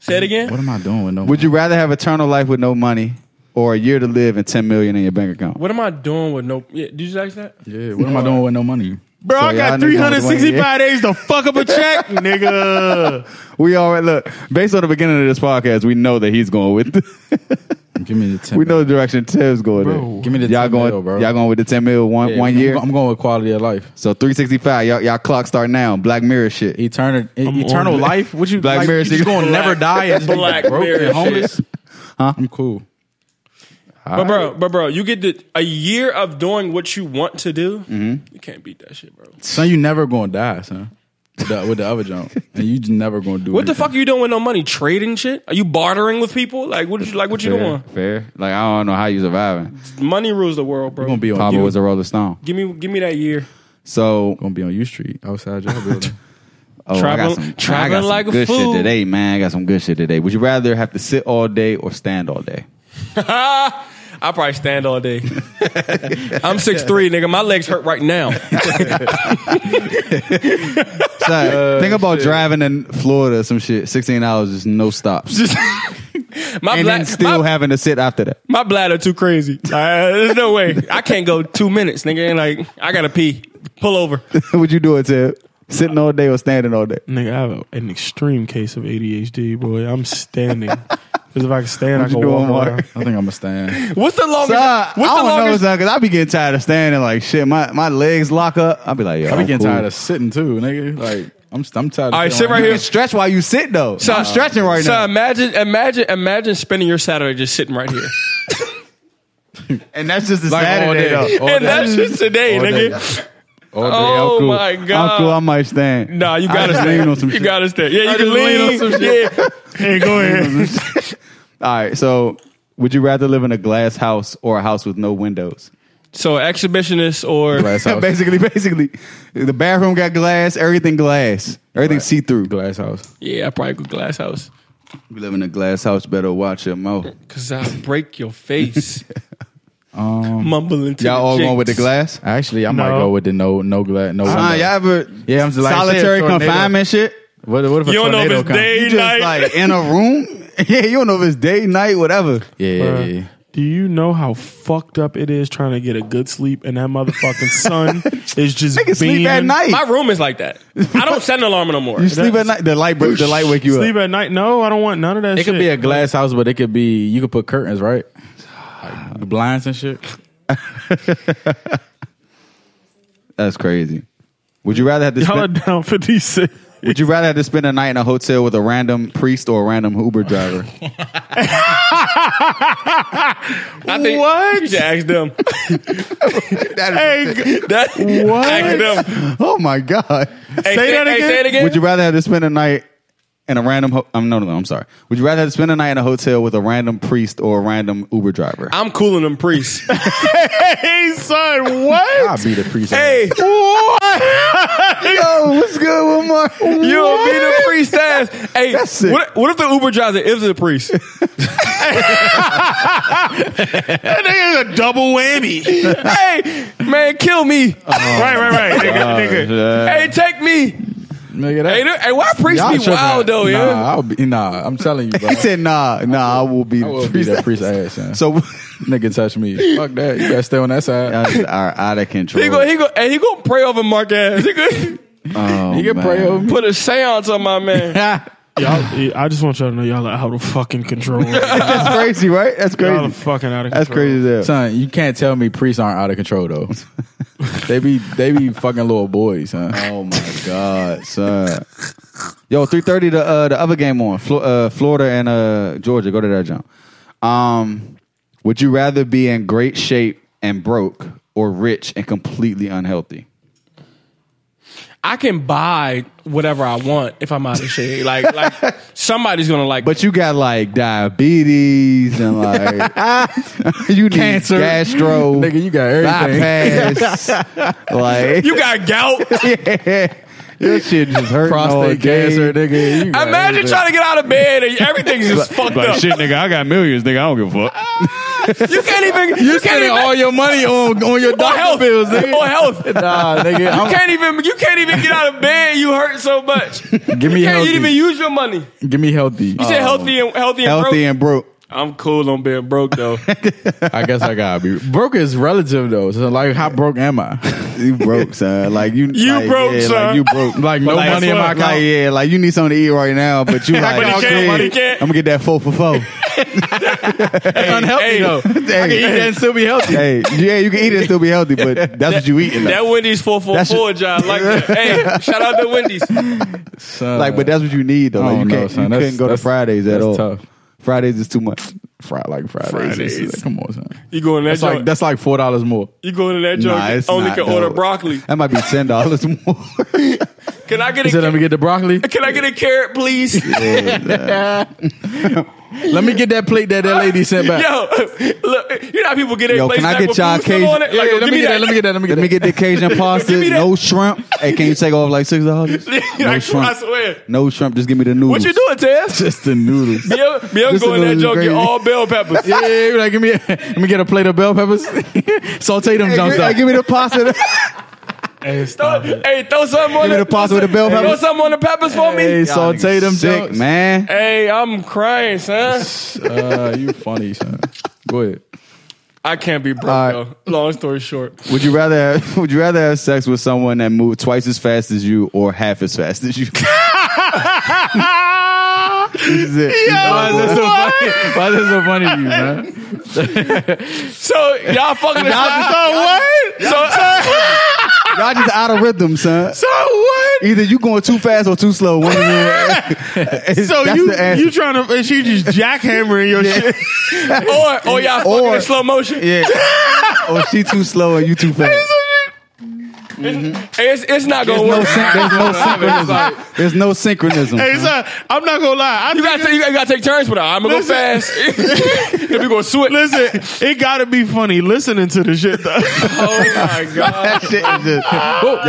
C: Say it again.
F: What am I doing with no?
E: Would you rather have eternal life with no money, or a year to live and ten million in your bank account?
C: What am I doing with no? Yeah, did you ask that?
F: yeah, what am I doing with no money?
B: Bro,
E: So
B: I
E: y'all
B: got
E: niggas only want
B: 365 days to fuck up a check, nigga.
E: We already look based on the beginning of this podcast. We know that he's going with.
F: Give me the ten.
E: we know the direction Ted's going. in.
F: Give me the
E: y'all
F: 10
E: going.
F: mil, bro.
E: Y'all going with the ten mil one
F: Yeah,
E: one
F: I'm
E: year.
F: go- I'm going with quality of life.
E: So 365, y'all, y'all clock start now. Black Mirror shit.
F: Eternal, eternal
B: on it.
F: life. What you
E: Black
F: like,
E: Mirror
F: You just
E: shit.
F: gonna never die and just be
C: Black
F: broke
C: Mirror
F: and homeless? Huh? I'm cool.
C: But bro, but bro, you get the, a year of doing what you want to do.
E: Mm-hmm.
C: You can't beat that shit, bro.
F: Son, you never gonna die, son. With the, with the other jump, and you just never gonna do
C: What the
F: anything.
C: fuck are you doing with no money? Trading shit? Are you bartering with people? Like what? You, like what you
E: Fair,
C: doing?
E: fair. Like I don't know how you surviving.
C: Money rules the world, bro.
F: You gonna be on
E: Pablo
F: you,
E: was a Rolling Stone.
C: Give me, give me that year.
E: So
F: gonna be on U Street outside your building.
E: oh, I got
C: Traveling-
E: some, I got
C: traveling
E: some
C: like a
E: good
C: fool.
E: shit today, man. I got some good shit today. Would you rather have to sit all day or stand all day?
C: I probably stand all day. I'm six three, nigga. My legs hurt right now.
E: So, think about driving in Florida, some shit, 16 hours, just no stops,
C: My
E: and
C: black,
E: then still
C: my,
E: having to sit after that.
C: my bladder too crazy. Uh, there's no way. I can't go two minutes, nigga. And like I gotta pee. Pull over.
E: Would you do it, Ted? Sitting all day or standing all day?
B: Nigga, I have a- an extreme case of ADHD, boy. I'm standing. Because if I could stand, I
E: What
B: could
E: you
B: walk
E: doing, Mark?
B: around.
F: I think I'm gonna stand.
C: What's the longest?
E: So, I
C: what's the
E: don't know,
C: longest?
E: son, because I be getting tired of standing like shit. My my legs lock up. I be like, yo,
F: I be
E: I'm
F: getting
E: cool.
F: tired of sitting too, nigga. Like I'm, I'm tired.
C: All right,
F: of
C: sit
F: sitting
C: right
E: You
C: here.
E: can stretch while you sit though.
C: So-
E: I'm stretching right
C: so
E: now,
C: imagine, imagine, imagine spending your Saturday just sitting right here.
E: and that's just a
F: Like, all
E: Saturday
F: day.
E: though.
F: All
C: and
F: day.
C: that's just today,
F: All day.
C: nigga.
F: All day,
C: Oh
F: I'm cool.
C: my god.
E: I'm cool. I might stand.
C: Nah, you
E: I
C: gotta
E: just
C: stay.
E: lean on some
C: you
E: shit.
C: gotta stay. Yeah, you can
E: just lean
C: lean.
E: on some shit.
C: Yeah.
B: Hey, go ahead.
E: All right, so would you rather live in a glass house or a house with no windows?
C: So exhibitionist or
F: Glass house.
E: basically, basically, the bathroom got glass, everything glass, everything see through.
F: Glass house.
C: yeah, I probably go glass house
E: You live in a glass house, better watch your mouth.
C: because I break your face. Mumbling to
E: Um, Y'all all
C: the
E: going with the
C: chicks.
E: glass?
F: Actually, I might
B: No.
F: go with the no, no glass, no.
E: Uh,
F: window.
E: y'all ever
F: Yeah, I'm just like,
E: solitary
F: shit, tornado.
E: confinement shit?
F: What, what if a
C: You don't know if
F: tornado
C: it's
F: comes?
C: day-
E: You just
C: night.
E: like in a room? Yeah, you don't know if it's day, night, whatever.
F: Yeah, yeah, yeah.
B: Do you know how fucked up it is trying to get a good sleep and that motherfucking sun is just
E: Nigga, sleep at
B: beaming?
E: night.
C: My room is like that. I don't set an alarm no more.
E: you sleep at night. The light, break, the light wake you
B: Sleep
E: up.
B: at night? No, I don't want none of that
F: It
B: shit.
F: could be a glass house, but it could be you could put curtains, right? Like blinds and shit.
E: That's crazy. Would you rather have to
B: Y'all are
E: spend,
B: down 56.
E: Would you rather have to spend a night in a hotel with a random priest or a random Uber driver?
C: I think what? You should ask them.
E: That is-
C: That, what? Ask them.
E: oh my god!
C: Hey, say,
B: that
C: hey,
B: again?
C: say it again.
E: Would you rather have to spend a night in a random? Ho- um, no, no, no. I'm sorry. Would you rather have to spend a night in a hotel with a random priest or a random Uber driver?
C: I'm cooling them priests.
B: Hey, son, what?
F: I'll be the priest.
C: hey,
E: Yo, what's good with Mark?
C: you don't be the priest ass. Hey,
E: That's it.
C: what, what if the Uber driver is a priest?
B: That nigga is a double whammy.
C: hey, man, kill me.
E: Oh,
B: right, right, right. Nigga, nigga.
F: Oh,
C: hey, take me.
F: nigga,
C: Hey,
F: that,
C: th- hey, why priests
F: y'all
C: be
F: tripping.
C: wild though?
F: nah,
C: Oh, Yeah.
F: I'll be, nah, I'm telling you, bro.
E: He said, "Nah, nah, I will be,
F: I
E: the
F: will be
E: priest."
F: that priest ass. son.
E: So,
F: nigga, touch me. Fuck that. You gotta stay on that side.
E: guys are out of control.
C: He go, he go, and he gonna pray over Mark ass. He gonna
E: oh,
F: you can
E: man.
F: pray over me.
C: put a seance on my man.
B: Y'all, I just want y'all to know y'all are out of fucking control. y'all
E: That's crazy, right? That's
B: are
E: crazy.
B: fucking out of control.
E: That's crazy. There.
F: Son, you can't tell me priests aren't out of control though. they be they be fucking little boys, huh?
E: Oh my god, son. Yo, three thirty. The uh, the other game on Flo- uh, Florida and uh, Georgia. Go to that jump. Um, would you rather be in great shape and broke, or rich and completely unhealthy?
C: I can buy whatever I want if I'm out of shape. Like, like somebody's gonna like.
E: But you got like diabetes and like you need
F: Cancer.
E: gastro,
F: Nigga, you got everything.
E: bypass, like
C: you got gout.
E: your shit just hurt all
F: Prostate
E: day.
F: cancer, nigga. You got
C: Imagine
F: everything.
C: trying to get out of bed and everything's just fucked
F: Oh,
C: up.
E: nigga, I got millions, nigga. I don't give a fuck.
C: You can't even. You, can't
F: spending
C: even.
F: all your money on on your
C: on
F: doctor
C: health.
F: bills, nigga.
C: On health.
F: Nah, nigga.
C: You
F: I'm,
C: can't even. You can't even get out of bed. You hurt so much. You
F: give me
C: can't
F: healthy. Oh.
C: even use your money. You
F: give me healthy.
C: said healthy and healthy and
E: Healthy
C: broke.
E: and broke.
C: I'm cool on being broke though.
F: I guess I gotta be broke is relative though. So like, how broke am I?
E: You broke, son. Like you,
C: You
E: like,
C: broke,
E: yeah,
C: son.
E: Like you broke.
F: Like no
E: But like,
F: money in my
E: like,
F: account.
E: yeah, like you need something to eat right now, but you like,
C: But he can't, but he can't.
E: I'm gonna get that four for four.
C: Hey,
F: unhealthy
C: hey,
F: though.
E: hey,
F: I can eat that and still be healthy.
E: hey, yeah, you can eat it and still be healthy, but that's what you eating. though.
C: That Wendy's four four
E: That's
C: four job like that. Hey, shout out to Wendy's.
F: Son,
E: like, but that's what you need though.
F: I
E: Like, you
F: don't know,
E: can't,
F: son.
E: you
F: That's-
E: couldn't go to
F: that's-
E: Fridays at
F: that's
E: all.
F: tough.
E: Fridays is too much.
F: Fri- like Fridays.
C: Fridays.
F: It's- Come on, son.
C: You going to that
F: That's like
C: joint?
F: that's like four dollars more.
C: you going to that
E: Nah,
C: joint?
E: it's
C: only
E: not,
C: can
E: though.
C: order broccoli.
E: That might be ten dollars more.
C: Can I get a
F: He said, "Let me get the broccoli.
C: Can I get a carrot, please?
F: Let me get that plate that that lady sent back.
C: Yo, look, you know how people get their
E: Yo,
C: plates
E: can I
C: back
E: get
C: with
E: y'all
C: food still on it?
F: Yeah,
C: Like, yo,
F: let
C: give
F: me
C: me
F: get that. Let me get that. Let me get
E: Let me
F: that.
E: get the Cajun pasta,
C: me that.
E: no shrimp. Hey, can you take off like six dollars? No
C: I
E: shrimp,
C: swear.
E: no shrimp. Just give me the
C: What
E: noodles.
C: you doing, Tess?
F: Just the noodles.
C: Bill, Bill
E: This
C: going
E: is
C: that joke,
E: crazy.
C: get all bell peppers.
F: Yeah, yeah, yeah, like, give me, let me get a plate of bell peppers. Saute them,
E: Hey,
F: John.
E: give, hey, give me the pasta.
C: Throw- hey, throw something on
E: Give me
C: it.
E: the pasta with the bell
C: Throw
E: peppers.
C: something on the peppers for
F: Hey,
C: me.
F: saute them,
E: sick
F: John.
E: man.
C: Hey, I'm crying, son.
F: Uh, you funny, son. Go ahead.
C: I can't be broke,
E: right.
C: though. Long story short.
E: Would you rather have, would you rather have sex with someone that moved twice as fast as you or half as fast as you? This is it. why, is that so funny? why is that so funny to you, man?
C: So y'all fucking y'all So
E: Y'all just out of rhythm, son.
B: So what?
E: Either you going too fast or too slow. One of them.
B: So
E: That's
B: you
E: the answer.
B: you trying to and she just jackhammering your shit.
C: or or y'all fucking
E: Or-
C: in slow motion.
E: yeah. Or she too slow and you too fast.
C: It's it's not
E: There's
C: gonna
E: no,
C: work.
E: syn- there's no synchronism. There's no synchronism.
B: Hey,
E: son.
B: son, I'm not gonna lie. I
C: You gotta, you gotta take turns with her. I'm gonna
B: Listen.
C: go fast. if you gonna switch.
B: listen, it gotta be funny listening to the shit though.
C: Oh my god.
E: That shit is just.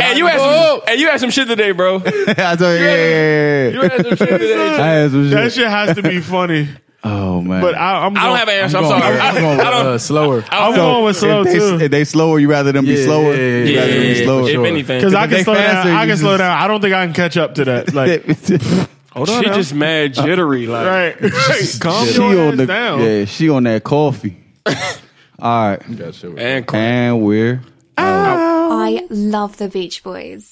C: Hey, you had
B: Oh.
C: some, hey, you had some shit today, bro.
E: I told you, yeah, yeah, yeah,
C: You had some shit today.
E: yeah. I had some
B: that
E: shit.
B: shit has to be funny.
E: Oh man.
B: But I, I'm
C: I don't have an answer. I'm, sorry.
F: I'm going with,
C: I don't.
F: uh, slower.
C: I
B: I'm
C: don't
B: going with slow
E: if they,
B: too.
E: If they slower, you rather them be
F: Yeah,
E: slower.
F: yeah,
E: You rather them be
F: yeah,
E: slower.
F: for
C: if
F: sure.
C: anything,
B: Because I can
E: they
B: slow
E: faster,
B: down. I
E: you
B: can slow
E: just-
B: down. I don't think I can catch up to that. Like,
C: she just mad jittery. Like,
B: right. Calm
E: she
B: your
E: on
B: ass
E: the
B: down.
E: yeah, she on that coffee. All right,
C: and
E: and we're
H: I love the Beach Boys.